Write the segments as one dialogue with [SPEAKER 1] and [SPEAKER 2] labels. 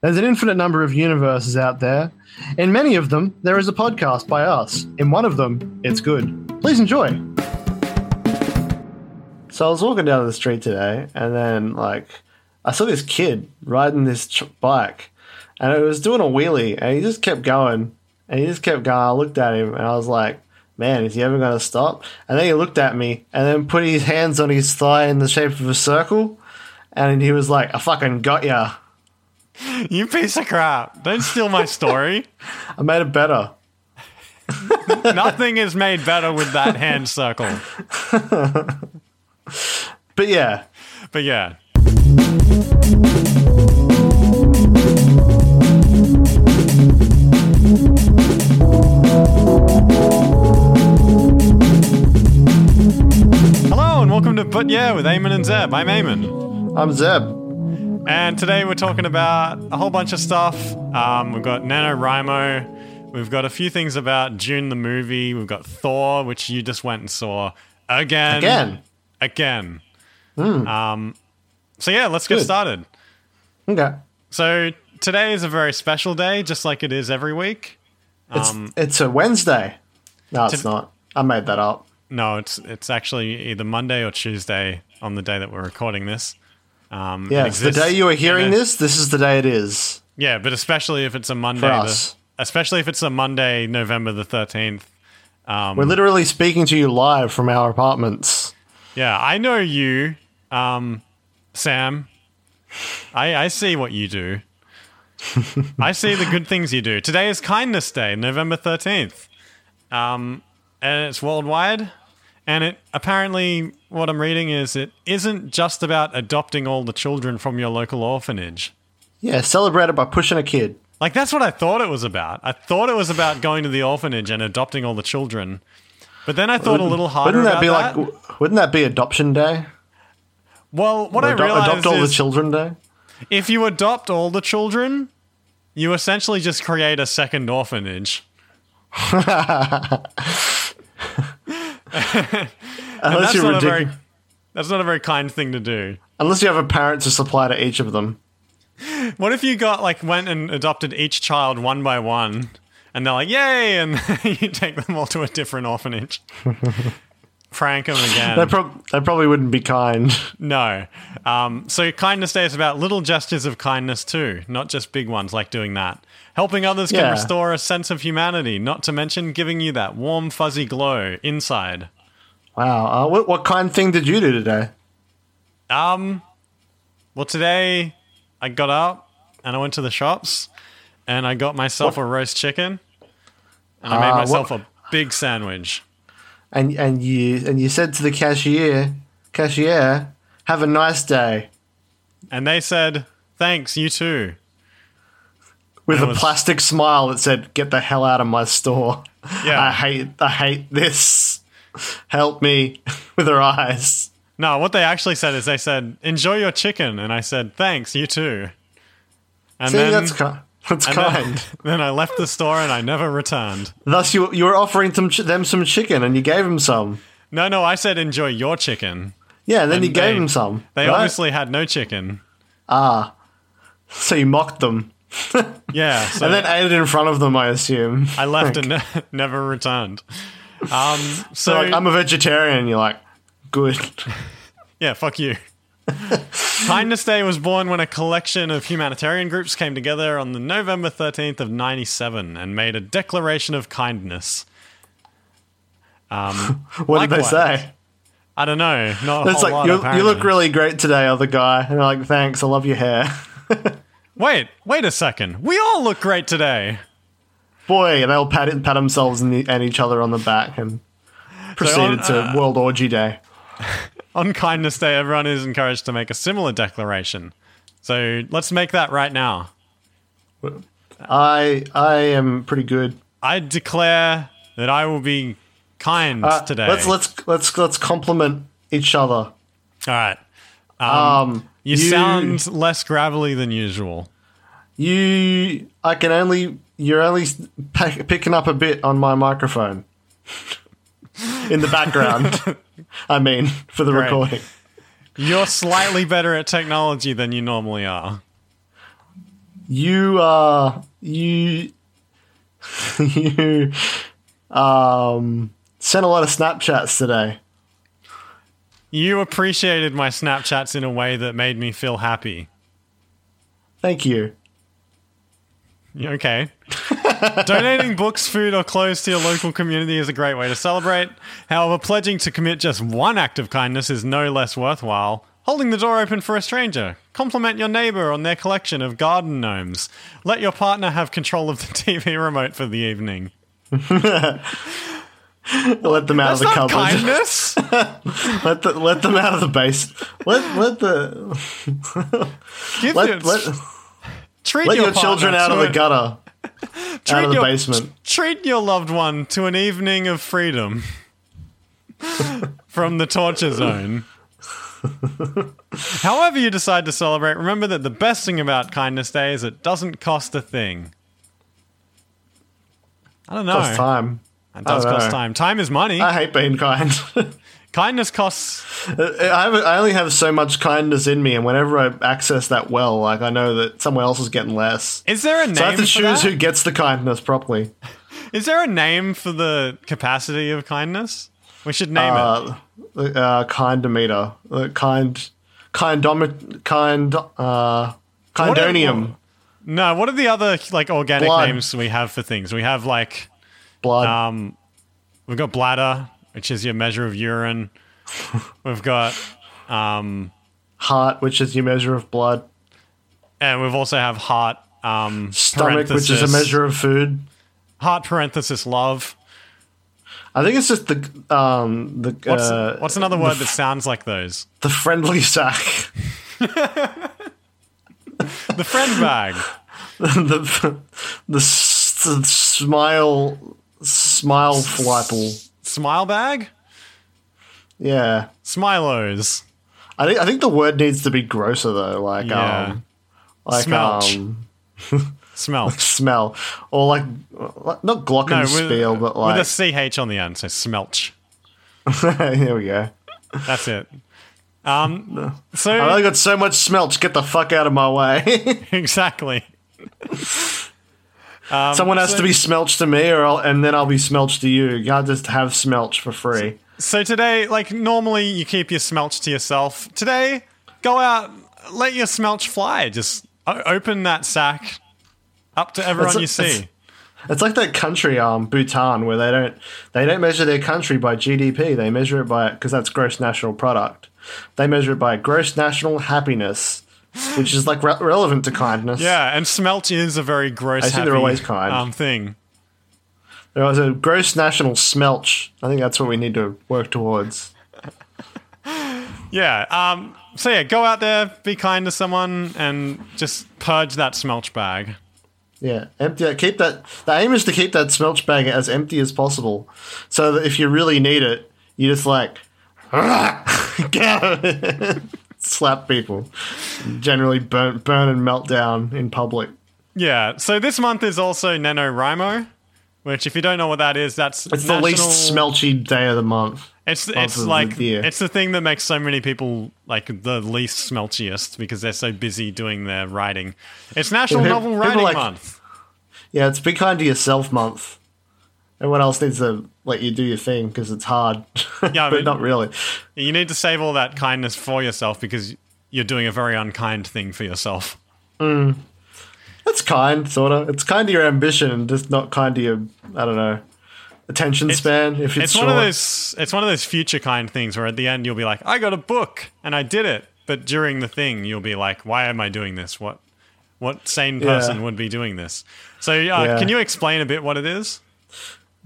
[SPEAKER 1] There's an infinite number of universes out there. In many of them, there is a podcast by us. In one of them, it's good. Please enjoy. So I was walking down the street today, and then like I saw this kid riding this tr- bike, and it was doing a wheelie, and he just kept going, and he just kept going. I looked at him, and I was like, "Man, is he ever going to stop?" And then he looked at me, and then put his hands on his thigh in the shape of a circle, and he was like, "I fucking got ya."
[SPEAKER 2] You piece of crap. Don't steal my story.
[SPEAKER 1] I made it better.
[SPEAKER 2] Nothing is made better with that hand circle.
[SPEAKER 1] But yeah,
[SPEAKER 2] But yeah. Hello and welcome to But Yeah with Eamon and Zeb. I'm Eamon.
[SPEAKER 1] I'm Zeb.
[SPEAKER 2] And today we're talking about a whole bunch of stuff. Um, we've got NaNoWriMo. We've got a few things about June the movie. We've got Thor, which you just went and saw again.
[SPEAKER 1] Again. Hmm.
[SPEAKER 2] Again. Um, so, yeah, let's get
[SPEAKER 1] Good.
[SPEAKER 2] started.
[SPEAKER 1] Okay.
[SPEAKER 2] So, today is a very special day, just like it is every week.
[SPEAKER 1] It's it's a Wednesday. Um, No, it's
[SPEAKER 2] to-
[SPEAKER 1] not. I made that up.
[SPEAKER 2] No, it's it's actually either Monday or Tuesday on the day that we're recording this. Um, it
[SPEAKER 1] Yes, the
[SPEAKER 2] exists
[SPEAKER 1] day you are
[SPEAKER 2] in
[SPEAKER 1] hearing
[SPEAKER 2] a-
[SPEAKER 1] this, this is the day it is.
[SPEAKER 2] Yeah, but especially if it's a Monday,
[SPEAKER 1] For
[SPEAKER 2] the-
[SPEAKER 1] us.
[SPEAKER 2] especially if it's a Monday, November the thirteenth. Um,
[SPEAKER 1] We're literally speaking to you live from our apartments.
[SPEAKER 2] Yeah, I know you, um, Sam. I I see what you do. I see the good things you do. Today is Kindness Day, November thirteenth, um, and it's worldwide. And it apparently, what I'm reading is it isn't just about adopting all the children from your local orphanage.
[SPEAKER 1] Yeah, celebrated by pushing a kid.
[SPEAKER 2] Like that's what I thought it was about. I thought it was about going to the orphanage and adopting all the children. But then I thought a little harder
[SPEAKER 1] Wouldn't that
[SPEAKER 2] about
[SPEAKER 1] be
[SPEAKER 2] that.
[SPEAKER 1] like? Wouldn't that be Adoption Day?
[SPEAKER 2] well, what I
[SPEAKER 1] Ado-
[SPEAKER 2] realized
[SPEAKER 1] adopt all the
[SPEAKER 2] is
[SPEAKER 1] children day.
[SPEAKER 2] if you adopt all the children, you essentially just create a second orphanage.
[SPEAKER 1] Unless
[SPEAKER 2] that's
[SPEAKER 1] you're ridic-
[SPEAKER 2] not a very that's not a very kind thing to do.
[SPEAKER 1] unless you have a parent to supply to each of them.
[SPEAKER 2] What if you got like went and adopted each child one by one, and they're like, "Yay!" and you take them all to a different orphanage, prank them again.
[SPEAKER 1] They, prob- they probably wouldn't be kind.
[SPEAKER 2] No. Um, so kindness day is about little gestures of kindness too, not just big ones like doing that. Helping others can
[SPEAKER 1] Yeah.
[SPEAKER 2] restore a sense of humanity, not to mention giving you that warm, fuzzy glow inside.
[SPEAKER 1] Wow. Uh, what, what kind thing did you do today?
[SPEAKER 2] Um, well, today I got up and I went to the shops and I got myself a roast chicken and I
[SPEAKER 1] Ah,
[SPEAKER 2] made
[SPEAKER 1] what-
[SPEAKER 2] myself a big sandwich.
[SPEAKER 1] And and you and you said to the cashier, cashier, have a nice day
[SPEAKER 2] And they said, thanks, you too.
[SPEAKER 1] with
[SPEAKER 2] That
[SPEAKER 1] a
[SPEAKER 2] was-
[SPEAKER 1] plastic smile that said, "Get the hell out of my store.
[SPEAKER 2] Yeah.
[SPEAKER 1] I hate I hate this. Help me." with her eyes.
[SPEAKER 2] No, what they actually said is they said, "Enjoy your chicken," and I said, "Thanks, you too." And
[SPEAKER 1] See,
[SPEAKER 2] then,
[SPEAKER 1] that's ki- that's
[SPEAKER 2] and then-
[SPEAKER 1] kind.
[SPEAKER 2] then I left the store and I never returned.
[SPEAKER 1] Thus, you you were offering them, ch- them some chicken, and you gave them some.
[SPEAKER 2] No, no, I said, "Enjoy your chicken."
[SPEAKER 1] Yeah, and then you
[SPEAKER 2] And
[SPEAKER 1] gave
[SPEAKER 2] they-
[SPEAKER 1] them some.
[SPEAKER 2] They
[SPEAKER 1] right?
[SPEAKER 2] obviously had no chicken.
[SPEAKER 1] so you mocked them,
[SPEAKER 2] Yeah, so
[SPEAKER 1] and then ate it in front of them. I assume.
[SPEAKER 2] I left and ne- never returned. Um, so
[SPEAKER 1] So like, I'm a vegetarian. You're like, good.
[SPEAKER 2] Yeah, fuck you. Kindness Day was born when a collection of humanitarian groups came together on the November 13th of 97 and made a declaration of kindness. Um,
[SPEAKER 1] What did they
[SPEAKER 2] Likewise.
[SPEAKER 1] say?
[SPEAKER 2] I don't know. Not Oh, a
[SPEAKER 1] It's
[SPEAKER 2] whole
[SPEAKER 1] like
[SPEAKER 2] lot,
[SPEAKER 1] you, you look
[SPEAKER 2] apparently.
[SPEAKER 1] really great today, other guy. And they're like, thanks. I love your hair.
[SPEAKER 2] Wait, wait a second. We all look great today.
[SPEAKER 1] Boy, and they'll pat pat themselves and, and each other on the back and proceeded
[SPEAKER 2] uh,
[SPEAKER 1] to World Orgy Day.
[SPEAKER 2] On Kindness Day, everyone is encouraged to make a similar declaration. So let's make that right now.
[SPEAKER 1] I I am pretty good
[SPEAKER 2] I declare that I will be kind
[SPEAKER 1] Uh,
[SPEAKER 2] today.
[SPEAKER 1] Let's let's let's let's compliment each other.
[SPEAKER 2] all right.
[SPEAKER 1] Um,
[SPEAKER 2] You, sound less gravelly than usual.
[SPEAKER 1] you. I can only you're only s- pack, picking up a bit on my microphone in the background. I mean, for the recording.
[SPEAKER 2] You're slightly better at technology than you normally are.
[SPEAKER 1] you uh you you um sent a lot of Snapchats today.
[SPEAKER 2] You appreciated my Snapchats in a way that made me feel happy.
[SPEAKER 1] Thank you.
[SPEAKER 2] Okay. Donating books, food, or clothes to your local community is a great way to celebrate. However, pledging to commit just one act of kindness is no less worthwhile. Holding the door open for a stranger. Compliment your neighbor on their collection of garden gnomes. Let your partner have control of the TV remote for the evening.
[SPEAKER 1] Let them out
[SPEAKER 2] That's
[SPEAKER 1] of the
[SPEAKER 2] not
[SPEAKER 1] cupboard.
[SPEAKER 2] kindness.
[SPEAKER 1] Let the, let them out of the base. Let let the
[SPEAKER 2] Give your,
[SPEAKER 1] let let,
[SPEAKER 2] treat
[SPEAKER 1] let
[SPEAKER 2] your,
[SPEAKER 1] your children
[SPEAKER 2] partner
[SPEAKER 1] out of
[SPEAKER 2] to
[SPEAKER 1] the
[SPEAKER 2] a-
[SPEAKER 1] gutter. Out of the basement.
[SPEAKER 2] Treat your loved one to an evening of freedom from the torture zone. However, you decide to celebrate, remember that the best thing about Kindness Day is it doesn't cost a thing. I don't know.
[SPEAKER 1] It's time.
[SPEAKER 2] It does
[SPEAKER 1] I don't
[SPEAKER 2] cost
[SPEAKER 1] know.
[SPEAKER 2] time. Time is money.
[SPEAKER 1] I hate being kind.
[SPEAKER 2] Kindness costs.
[SPEAKER 1] I, have, I only have so much kindness in me, and whenever I access that well, like I know that someone else is getting less.
[SPEAKER 2] Is there a name?
[SPEAKER 1] So I have to
[SPEAKER 2] for
[SPEAKER 1] choose
[SPEAKER 2] that?
[SPEAKER 1] who gets the kindness properly.
[SPEAKER 2] Is there a name for the capacity of kindness? We should name it.
[SPEAKER 1] Uh, the, uh, kindometer, the kind, kindom, kind, uh, kindonium,
[SPEAKER 2] No, what are the other like organic
[SPEAKER 1] Blood.
[SPEAKER 2] names we have for things? We have like
[SPEAKER 1] blood.
[SPEAKER 2] um we've got bladder, which is your measure of urine. We've got um
[SPEAKER 1] heart, which is your measure of blood,
[SPEAKER 2] and we've also have heart um
[SPEAKER 1] stomach, which is a
[SPEAKER 2] parenthesis-
[SPEAKER 1] measure of food.
[SPEAKER 2] heart parenthesis love.
[SPEAKER 1] I think it's just the um the
[SPEAKER 2] What's,
[SPEAKER 1] uh,
[SPEAKER 2] what's another word that sounds like those?
[SPEAKER 1] the friendly sack,
[SPEAKER 2] The friend bag.
[SPEAKER 1] the the, s- the smile smile flipple.
[SPEAKER 2] Smile bag?
[SPEAKER 1] Yeah,
[SPEAKER 2] Smilos.
[SPEAKER 1] I think I think the word needs to be grosser though, like
[SPEAKER 2] Yeah.
[SPEAKER 1] um like
[SPEAKER 2] Smelch.
[SPEAKER 1] um
[SPEAKER 2] Smell.
[SPEAKER 1] smell or like not
[SPEAKER 2] No,
[SPEAKER 1] glockenspiel,
[SPEAKER 2] with,
[SPEAKER 1] but like
[SPEAKER 2] with a CH on the end, so smelch.
[SPEAKER 1] here we go.
[SPEAKER 2] That's it. Um, so
[SPEAKER 1] I only got so much smelch. Get the fuck out of my way.
[SPEAKER 2] exactly.
[SPEAKER 1] Someone has
[SPEAKER 2] Um, so-
[SPEAKER 1] to be smelch to me, or I'll, and then I'll be smelch to you. You can't just have smelch for free.
[SPEAKER 2] So today, like normally, you keep your smelch to yourself. Today, go out, let your smelch fly. Just o- open that sack up to everyone
[SPEAKER 1] It's-
[SPEAKER 2] you
[SPEAKER 1] it's-
[SPEAKER 2] see.
[SPEAKER 1] It's like that country, um, Bhutan, where they don't they don't measure their country by GDP. They measure it by because that's gross national product. They measure it by gross national happiness, which is like re- relevant to kindness.
[SPEAKER 2] Yeah, and smelch is a very gross.
[SPEAKER 1] I see they're
[SPEAKER 2] happy,
[SPEAKER 1] always kind.
[SPEAKER 2] Um, thing.
[SPEAKER 1] There was a gross national smelch. I think that's what we need to work towards.
[SPEAKER 2] Yeah. Um. So yeah, go out there, be kind to someone, and just purge that smelch bag.
[SPEAKER 1] Yeah, empty. that- Keep that. The aim is to keep that smelch bag as empty as possible, so that if you really need it, you just like get out of it. slap people. Generally, burn, burn and melt down in public.
[SPEAKER 2] Yeah. So this month is also NaNoWriMo, which if you don't know what that is, that's
[SPEAKER 1] It's the least smelchy day of the month.
[SPEAKER 2] It's
[SPEAKER 1] of
[SPEAKER 2] it's
[SPEAKER 1] the
[SPEAKER 2] like
[SPEAKER 1] year.
[SPEAKER 2] it's the thing that makes so many people like the least smelchiest because they're so busy doing their writing. It's National
[SPEAKER 1] Yeah, pe-
[SPEAKER 2] Novel
[SPEAKER 1] people
[SPEAKER 2] Writing
[SPEAKER 1] like-
[SPEAKER 2] Month.
[SPEAKER 1] Yeah, it's be kind to yourself month. Everyone else needs to let you do your thing because it's hard.
[SPEAKER 2] Yeah, I
[SPEAKER 1] but
[SPEAKER 2] mean-
[SPEAKER 1] not really.
[SPEAKER 2] You need to save all that kindness for yourself because you're doing a very unkind thing for yourself.
[SPEAKER 1] That's kind, sort of. It's kind to your ambition and just not kind to your, I don't know, attention span. If it's,
[SPEAKER 2] It's one of
[SPEAKER 1] short.
[SPEAKER 2] those it's one of those future kind things where at the end you'll be like, I got a book and I did it. But during the thing you'll be like, why am I doing this? What what sane person would be doing this? So uh, can you explain a bit what it is?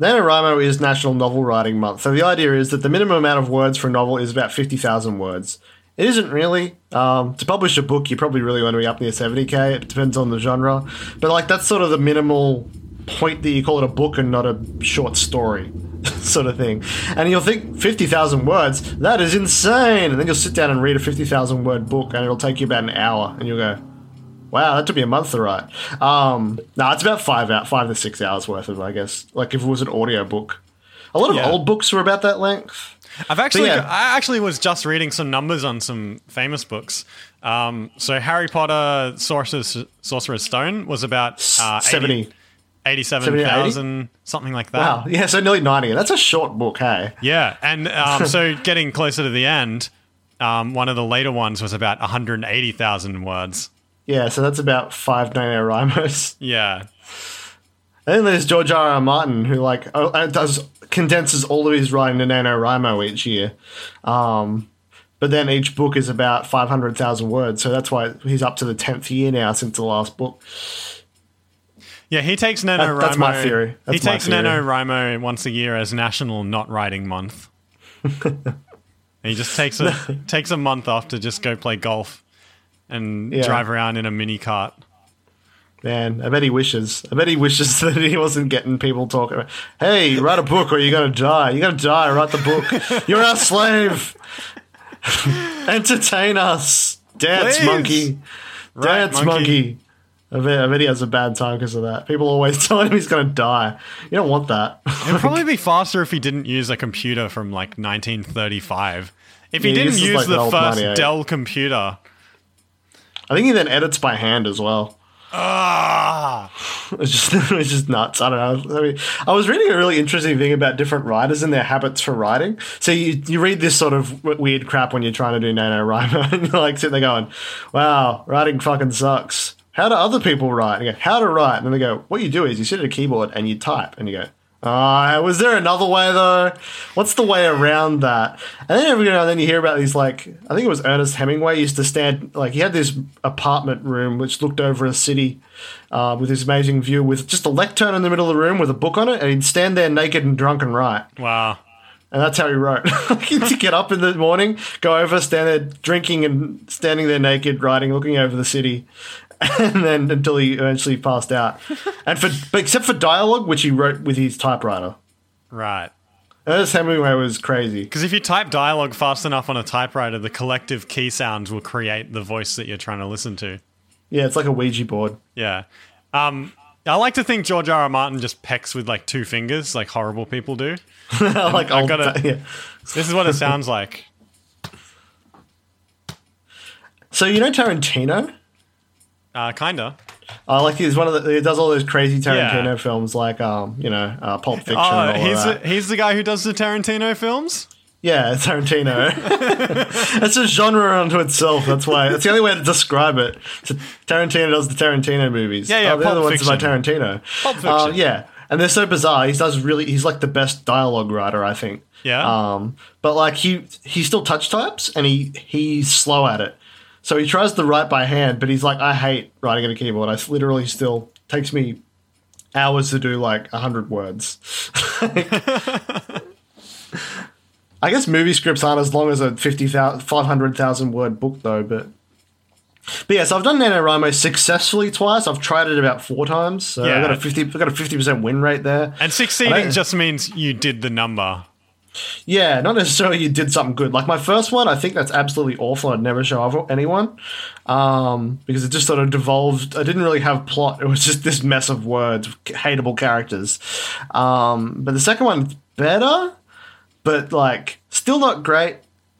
[SPEAKER 1] NaNoWriMo is National Novel Writing Month, so the idea is that the minimum amount of words for a novel is about 50,000 words. It isn't really. Um, to publish a book, you probably really want to be up near 70k. It depends on the genre. But, like, that's sort of the minimal point that you call it a book and not a short story sort of thing. And you'll think 50,000 words, that is insane! And then you'll sit down and read a 50,000 word book, and it'll take you about an hour, and you'll go, Wow, that took me a month to write. Um, no, it's about five out, five to six hours worth of, I guess. Like if it was an audio book, a lot of
[SPEAKER 2] Yeah.
[SPEAKER 1] old books were about that length.
[SPEAKER 2] I've actually,
[SPEAKER 1] yeah.
[SPEAKER 2] I actually was just reading some numbers on some famous books. Um, so Harry Potter, Sorcerer's, Sorcerer's Stone was about uh,
[SPEAKER 1] 70.
[SPEAKER 2] 87,000, something like that.
[SPEAKER 1] Wow. Yeah, so nearly 90. That's a short book, hey?
[SPEAKER 2] Yeah, and um, so getting closer to the end, um, one of the later ones was about 180,000 words.
[SPEAKER 1] Yeah, so that's about five NaNoWriMos.
[SPEAKER 2] Yeah,
[SPEAKER 1] And then there's George R. R. Martin, who like oh, uh, does condenses all of his writing to NaNoWriMo each year. Um, but then each book is about 500,000 words, so that's why he's up to the 10th year now since the last book.
[SPEAKER 2] yeah, he takes NaNoWriMo.
[SPEAKER 1] That- that's my theory.
[SPEAKER 2] he
[SPEAKER 1] That's my
[SPEAKER 2] takes
[SPEAKER 1] theory.
[SPEAKER 2] NaNoWriMo once a year as National Not Writing Month. he just takes a takes a month off to just go play golf and
[SPEAKER 1] Yeah.
[SPEAKER 2] drive around in a mini cart.
[SPEAKER 1] Man, I bet he wishes. I bet he wishes that he wasn't getting people talking. about, Hey, write a book or you're gonna die. You're gonna die. Write the book. You're our slave. Entertain us, dance
[SPEAKER 2] Please.
[SPEAKER 1] monkey,
[SPEAKER 2] Right,
[SPEAKER 1] dance monkey. I bet, I bet he has a bad time because of that. People always telling him he's gonna die. You don't want that.
[SPEAKER 2] It'd probably be faster if he didn't use a computer from like 1935. If he
[SPEAKER 1] Yeah, he
[SPEAKER 2] didn't
[SPEAKER 1] uses,
[SPEAKER 2] use
[SPEAKER 1] like, an
[SPEAKER 2] the
[SPEAKER 1] old
[SPEAKER 2] first
[SPEAKER 1] 98.
[SPEAKER 2] Dell computer,
[SPEAKER 1] I think he then edits by hand as well.
[SPEAKER 2] ah.
[SPEAKER 1] It's just it's just nuts. I don't know. I mean, I was reading a really interesting thing about different writers and their habits for writing. So you you read this sort of w- weird crap when you're trying to do NaNoWriMo, and you're like sitting there going, "Wow, writing fucking sucks." How do other people write? And you go, "How to write?" And then they go, "What you do is you sit at a keyboard and you type." And you go, "Ah, was there another way though? What's the way around that?" And then every now and then you hear about these like I think it was Ernest Hemingway used to stand like he had this apartment room which looked over a city uh, with his amazing view, with just a lectern in the middle of the room with a book on it, and he'd stand there naked and drunk and write.
[SPEAKER 2] Wow.
[SPEAKER 1] And that's how he wrote. he'd get up in the morning, go over, stand there drinking and standing there naked, writing, looking over the city, and then until he eventually passed out. And for but except for dialogue, which he wrote with his typewriter.
[SPEAKER 2] Right.
[SPEAKER 1] Ernest Hemingway was crazy.
[SPEAKER 2] Because if you type dialogue fast enough on a typewriter, the collective key sounds will create the voice that you're trying to listen to.
[SPEAKER 1] Yeah, it's like a Ouija board.
[SPEAKER 2] Yeah. Um, I like to think George R. R. Martin just pecks with like two fingers, like horrible people do.
[SPEAKER 1] like old,
[SPEAKER 2] gotta-
[SPEAKER 1] yeah.
[SPEAKER 2] This is what it sounds like.
[SPEAKER 1] So you know Tarantino?
[SPEAKER 2] Uh, kinda.
[SPEAKER 1] I like he's one of the he does all those crazy Tarantino
[SPEAKER 2] Yeah.
[SPEAKER 1] films like um you know uh, Pulp Fiction.
[SPEAKER 2] Oh,
[SPEAKER 1] and all
[SPEAKER 2] he's
[SPEAKER 1] of
[SPEAKER 2] the,
[SPEAKER 1] that.
[SPEAKER 2] he's the guy who does the Tarantino films.
[SPEAKER 1] yeah, Tarantino. that's a genre unto itself. That's why that's the only way to describe it. So Tarantino does the Tarantino movies.
[SPEAKER 2] Yeah, yeah,
[SPEAKER 1] Oh, the
[SPEAKER 2] Pulp
[SPEAKER 1] other ones are by
[SPEAKER 2] Fiction.
[SPEAKER 1] Tarantino.
[SPEAKER 2] Pulp Fiction.
[SPEAKER 1] Um, yeah, and they're so bizarre. He does really. He's like the best dialogue writer, I think.
[SPEAKER 2] Yeah.
[SPEAKER 1] Um, but like he he still touch types and he he's slow at it. So he tries to write by hand, but he's like, I hate writing at a keyboard. I literally still takes me hours to do like hundred words. I guess movie scripts aren't as long as a 50,000 500,000 word book though, but but yeah, so I've done NaNoWriMo successfully twice. I've tried it about four times. So
[SPEAKER 2] Yeah.
[SPEAKER 1] I got a fifty I got a fifty percent win rate there.
[SPEAKER 2] And
[SPEAKER 1] I
[SPEAKER 2] succeeding
[SPEAKER 1] don't-
[SPEAKER 2] just means you did the number.
[SPEAKER 1] Yeah, not necessarily you did something good. Like my first one, I think that's absolutely awful. I'd never show off anyone um, because it just sort of devolved. I didn't really have plot. It was just this mess of words, hateable characters. Um, but the second one's better, but like still not great.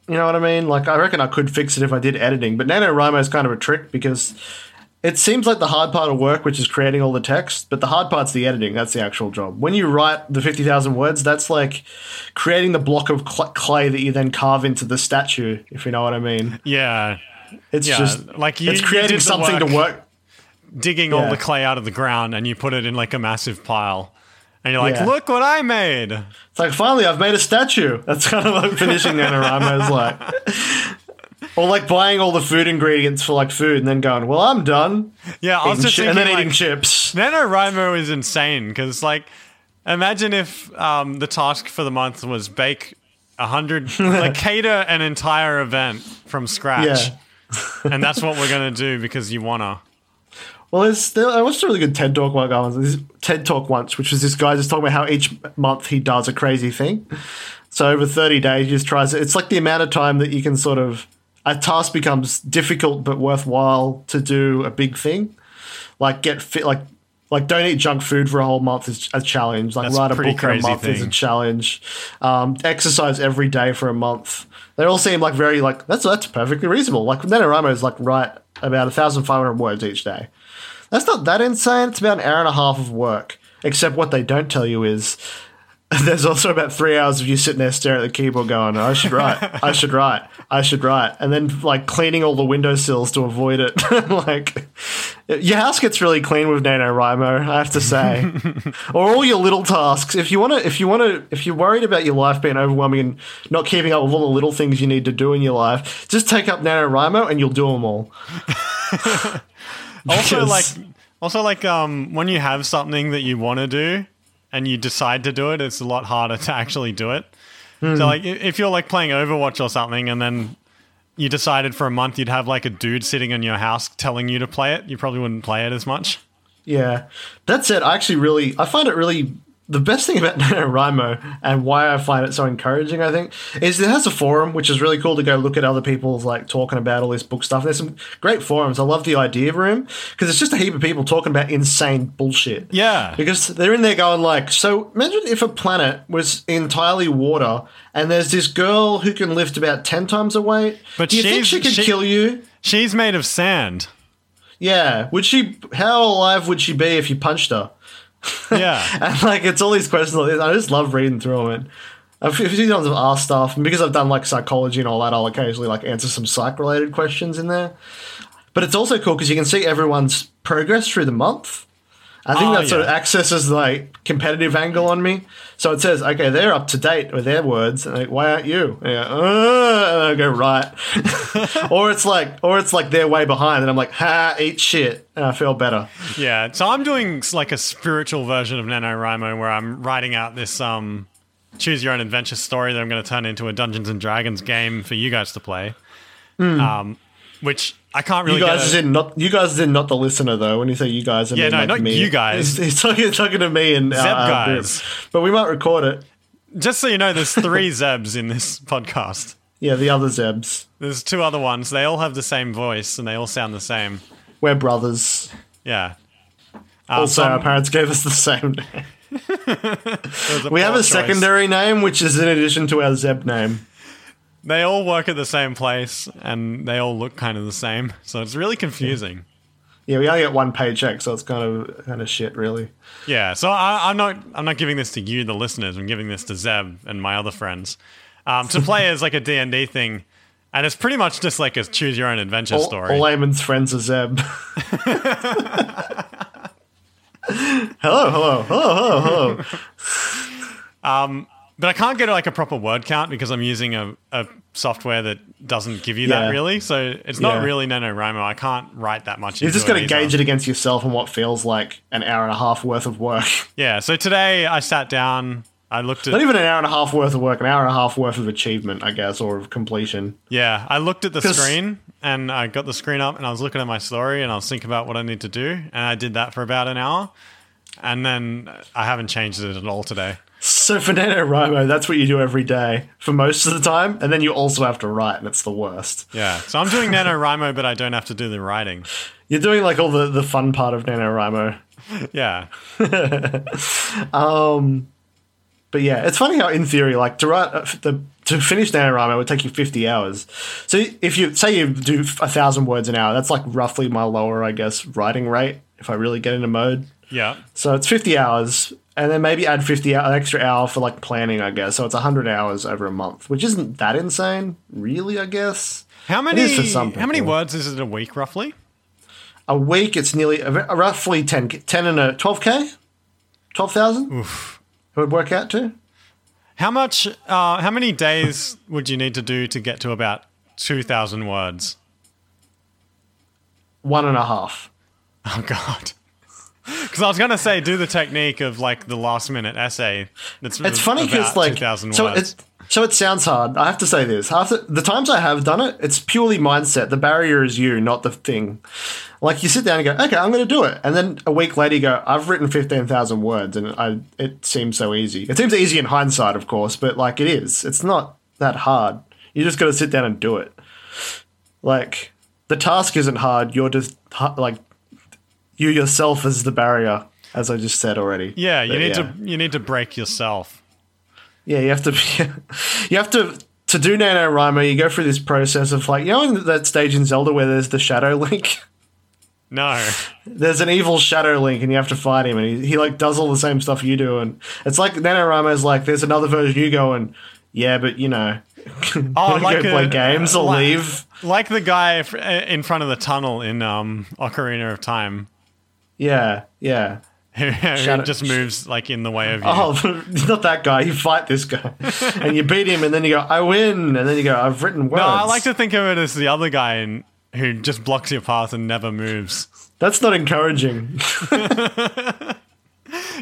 [SPEAKER 1] You know what I mean? Like I reckon I could fix it if I did editing. But NaNoWriMo is kind of a trick because it seems like the hard part of work, which is creating all the text, but the hard part's the editing. That's the actual job. When you write the 50,000 words, that's like creating the block of cl- clay that you then carve into the statue, if you know what I mean.
[SPEAKER 2] Yeah.
[SPEAKER 1] It's
[SPEAKER 2] Yeah,
[SPEAKER 1] just
[SPEAKER 2] like you-
[SPEAKER 1] it's
[SPEAKER 2] you
[SPEAKER 1] creating
[SPEAKER 2] did the
[SPEAKER 1] something
[SPEAKER 2] work.
[SPEAKER 1] to work.
[SPEAKER 2] Digging all
[SPEAKER 1] Yeah.
[SPEAKER 2] the clay out of the ground and you put it in like a massive pile. And you're like,
[SPEAKER 1] Yeah.
[SPEAKER 2] look what I made.
[SPEAKER 1] It's like, finally, I've made a statue. That's kind of like finishing NaNoWriMo is like. Or like buying all the food ingredients for like food and then going, well, I'm done.
[SPEAKER 2] Yeah, I was
[SPEAKER 1] Eating
[SPEAKER 2] just
[SPEAKER 1] chi-
[SPEAKER 2] thinking,
[SPEAKER 1] and then
[SPEAKER 2] like,
[SPEAKER 1] eating chips.
[SPEAKER 2] NaNoWriMo is insane because, like, imagine if um, the task for the month was bake a hundred, like, cater an entire event from scratch.
[SPEAKER 1] Yeah.
[SPEAKER 2] And that's what we're going to do because you want to.
[SPEAKER 1] Well, there's, there, I watched a really good TED talk like I was this TED talk once, which was this guy just talking about how each month he does a crazy thing. So over 30 days, he just tries. it. It's like the amount of time that you can sort of a task becomes difficult but worthwhile to do a big thing, like get fit, like Like, don't eat junk food for a whole month is a challenge. Like,
[SPEAKER 2] That's
[SPEAKER 1] write a
[SPEAKER 2] pretty
[SPEAKER 1] book in a
[SPEAKER 2] crazy
[SPEAKER 1] month is a
[SPEAKER 2] thing.
[SPEAKER 1] challenge. Um, exercise every day for a month. They all seem like very like that's that's perfectly reasonable. Like NaNoWriMo is like write about thousand five hundred words each day. That's not that insane. It's about an hour and a half of work. Except what they don't tell you is there's also about three hours of you sitting there staring at the keyboard going, I should write, I should write, I should write. And then like cleaning all the windowsills to avoid it. like your house gets really clean with NaNoWriMo, I have to say. or all your little tasks. If you wanna if you wanna if you're worried about your life being overwhelming and not keeping up with all the little things you need to do in your life, just take up NaNoWriMo and you'll do them all.
[SPEAKER 2] also like
[SPEAKER 1] Because-
[SPEAKER 2] also like um when you have something that you want to do and you decide to do it it's a lot harder to actually do it
[SPEAKER 1] Hmm.
[SPEAKER 2] so like i- if you're like playing overwatch or something and then you decided for a month you'd have like a dude sitting in your house telling you to play it you probably wouldn't play it as much
[SPEAKER 1] Yeah. That said, I actually really I find it really the best thing about NaNoWriMo and why I find it so encouraging, I think, is it has a forum which is really cool to go look at other people's like talking about all this book stuff. There's some great forums. I love the idea room because it's just a heap of people talking about insane bullshit.
[SPEAKER 2] yeah
[SPEAKER 1] Because they're in there going like, so imagine if a planet was entirely water and there's this girl who can lift about ten times her weight.
[SPEAKER 2] But
[SPEAKER 1] do you think she
[SPEAKER 2] she's-
[SPEAKER 1] could
[SPEAKER 2] she-
[SPEAKER 1] kill you?
[SPEAKER 2] she's made of sand
[SPEAKER 1] Yeah. Would she? How alive would she be if you punched her?
[SPEAKER 2] yeah
[SPEAKER 1] And like, it's all these questions. Like this. I just love reading through them. And a few few times I've asked stuff, and because I've done like psychology and all that, I'll occasionally like answer some psych related questions in there. But it's also cool because you can see everyone's progress through the month. I think
[SPEAKER 2] Oh,
[SPEAKER 1] that sort of
[SPEAKER 2] yeah.
[SPEAKER 1] accesses like competitive angle on me. So it says, okay, they're up to date with their words. And like, why aren't you? And I go, "Uh," and I go right. or it's like, or it's like they're way behind, and I'm like, ha, eat shit, and I feel better.
[SPEAKER 2] yeah so i'm doing s- like a spiritual version of nanowrimo where i'm writing out this um choose your own adventure story that i'm going to turn into a dungeons and dragons game for you guys to play um which i can't really
[SPEAKER 1] Hmm. You guys
[SPEAKER 2] get a-
[SPEAKER 1] is in not you guys is in not the listener though. When you say you guys, I
[SPEAKER 2] Yeah,
[SPEAKER 1] mean,
[SPEAKER 2] no,
[SPEAKER 1] like
[SPEAKER 2] not
[SPEAKER 1] me.
[SPEAKER 2] you guys.
[SPEAKER 1] He's, he's talking, he's talking to me and
[SPEAKER 2] Zeb
[SPEAKER 1] our, our group.
[SPEAKER 2] guys.
[SPEAKER 1] But we might record it.
[SPEAKER 2] Just so you know, there's three Zebs in this podcast.
[SPEAKER 1] Yeah, the other Zebs.
[SPEAKER 2] There's two other ones. They all have the same voice and they all sound the same.
[SPEAKER 1] We're brothers.
[SPEAKER 2] Yeah. Um,
[SPEAKER 1] Also,
[SPEAKER 2] some-
[SPEAKER 1] our parents gave us the same name.
[SPEAKER 2] There's
[SPEAKER 1] We have a
[SPEAKER 2] poor choice.
[SPEAKER 1] secondary name, which is in addition to our Zeb name.
[SPEAKER 2] They all work at the same place and they all look kind of the same. So it's really confusing.
[SPEAKER 1] Yeah, we only get one paycheck, so it's kind of kind of shit, really.
[SPEAKER 2] Yeah. so I, I'm not. I'm not giving this to you, the listeners. I'm giving this to Zeb and my other friends. Um, to play as like a D and D thing, and it's pretty much just like a choose your own adventure
[SPEAKER 1] All,
[SPEAKER 2] story.
[SPEAKER 1] all Eamon's friends are Zeb. hello, hello, hello, hello, hello.
[SPEAKER 2] But I can't get like a proper word count because I'm using a, a software that doesn't give you
[SPEAKER 1] Yeah.
[SPEAKER 2] that really. So it's not
[SPEAKER 1] Yeah.
[SPEAKER 2] really NaNoWriMo. I can't write that much.
[SPEAKER 1] You've just got
[SPEAKER 2] into
[SPEAKER 1] to gauge
[SPEAKER 2] either.
[SPEAKER 1] it against yourself and what feels like an hour and a half worth of work.
[SPEAKER 2] Yeah. So today I sat down. I looked
[SPEAKER 1] Not
[SPEAKER 2] at
[SPEAKER 1] even an hour and a half worth of work, an hour and a half worth of achievement, I guess, or of completion.
[SPEAKER 2] yeah. I looked at the
[SPEAKER 1] 'Cause-
[SPEAKER 2] screen and I got the screen up and I was looking at my story and I was thinking about what I need to do and I did that for about an hour. And then I haven't changed it at all today.
[SPEAKER 1] So for NaNoWriMo, that's what you do every day for most of the time, and then you also have to write, and it's the worst.
[SPEAKER 2] Yeah. So I'm doing NaNoWriMo, but I don't have to do the writing.
[SPEAKER 1] You're doing like all the, the fun part of NaNoWriMo.
[SPEAKER 2] Yeah.
[SPEAKER 1] But yeah, it's funny how in theory, like to write uh, f- the to finish NaNoWriMo would take you 50 hours. So if you say you do f- a thousand words an hour, that's like roughly my lower, I guess, writing rate if I really get into mode.
[SPEAKER 2] Yeah.
[SPEAKER 1] So it's 50 hours, and then maybe add 50 hou- an extra hour for like planning, I guess. So it's 100 hours over a month, which isn't that insane, really, I guess.
[SPEAKER 2] How many?
[SPEAKER 1] for some
[SPEAKER 2] How many
[SPEAKER 1] people.
[SPEAKER 2] words is it a week roughly?
[SPEAKER 1] A week, it's nearly uh, roughly 10, 10 and a 12k, 12,000. It would work out to.
[SPEAKER 2] How much? Uh, how many days would you need to do to get to about two thousand words?
[SPEAKER 1] One and a half.
[SPEAKER 2] Oh God! Because I was going to say do the technique of like the last minute essay. That's
[SPEAKER 1] It's funny because like
[SPEAKER 2] two thousand
[SPEAKER 1] so
[SPEAKER 2] words.
[SPEAKER 1] it so it sounds hard. I have to say this. Half the, the times I have done it, it's purely mindset. The barrier is you, not the thing. Like you sit down and go, okay, I'm going to do it, and then a week later you go, I've written fifteen thousand words, and I it seems so easy. It seems easy in hindsight, of course, but like it is. It's not that hard. You just got to sit down and do it. Like the task isn't hard. You're just hu- like you yourself is the barrier as I just said already.
[SPEAKER 2] Yeah, you
[SPEAKER 1] But
[SPEAKER 2] need
[SPEAKER 1] yeah.
[SPEAKER 2] to you need to break yourself.
[SPEAKER 1] Yeah, you have to be. You have to to do NaNoWriMo, You go through this process of like you know in that stage in Zelda where there's the Shadow Link.
[SPEAKER 2] No.
[SPEAKER 1] There's an evil Shadow Link, and you have to fight him, and he, he like does all the same stuff you do, and it's like NaNoWriMo's like there's another version you go and yeah, but you know,
[SPEAKER 2] Oh,
[SPEAKER 1] wanna go play games or
[SPEAKER 2] like-
[SPEAKER 1] leave.
[SPEAKER 2] Like the guy f- in front of the tunnel in um, Ocarina of Time,
[SPEAKER 1] Yeah, yeah.
[SPEAKER 2] who, who
[SPEAKER 1] Shadow-
[SPEAKER 2] just moves like in the way of you.
[SPEAKER 1] Oh, not that guy. You fight this guy, and you beat him, and then you go, "I win," and then you go, "I've written words."
[SPEAKER 2] no, I like to think of it as the other guy in, who just blocks your path and never moves.
[SPEAKER 1] That's not encouraging.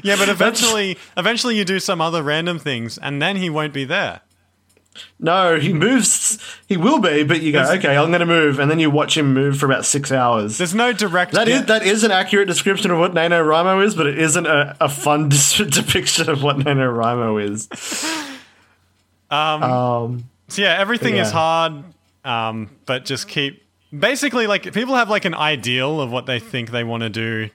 [SPEAKER 2] Yeah, but eventually, eventually you do some other random things, and then he won't be there.
[SPEAKER 1] No, he moves. He will be, but you go, okay, I'm going to move, and then you watch him move for about six hours.
[SPEAKER 2] There's no direct.
[SPEAKER 1] That is that is an accurate description of what NaNoWriMo is, but it isn't a, a fun dis- depiction of what NaNoWriMo is.
[SPEAKER 2] So yeah, everything is
[SPEAKER 1] Yeah.
[SPEAKER 2] hard, um, but just keep. Basically, like people have like an ideal of what they think they want to do,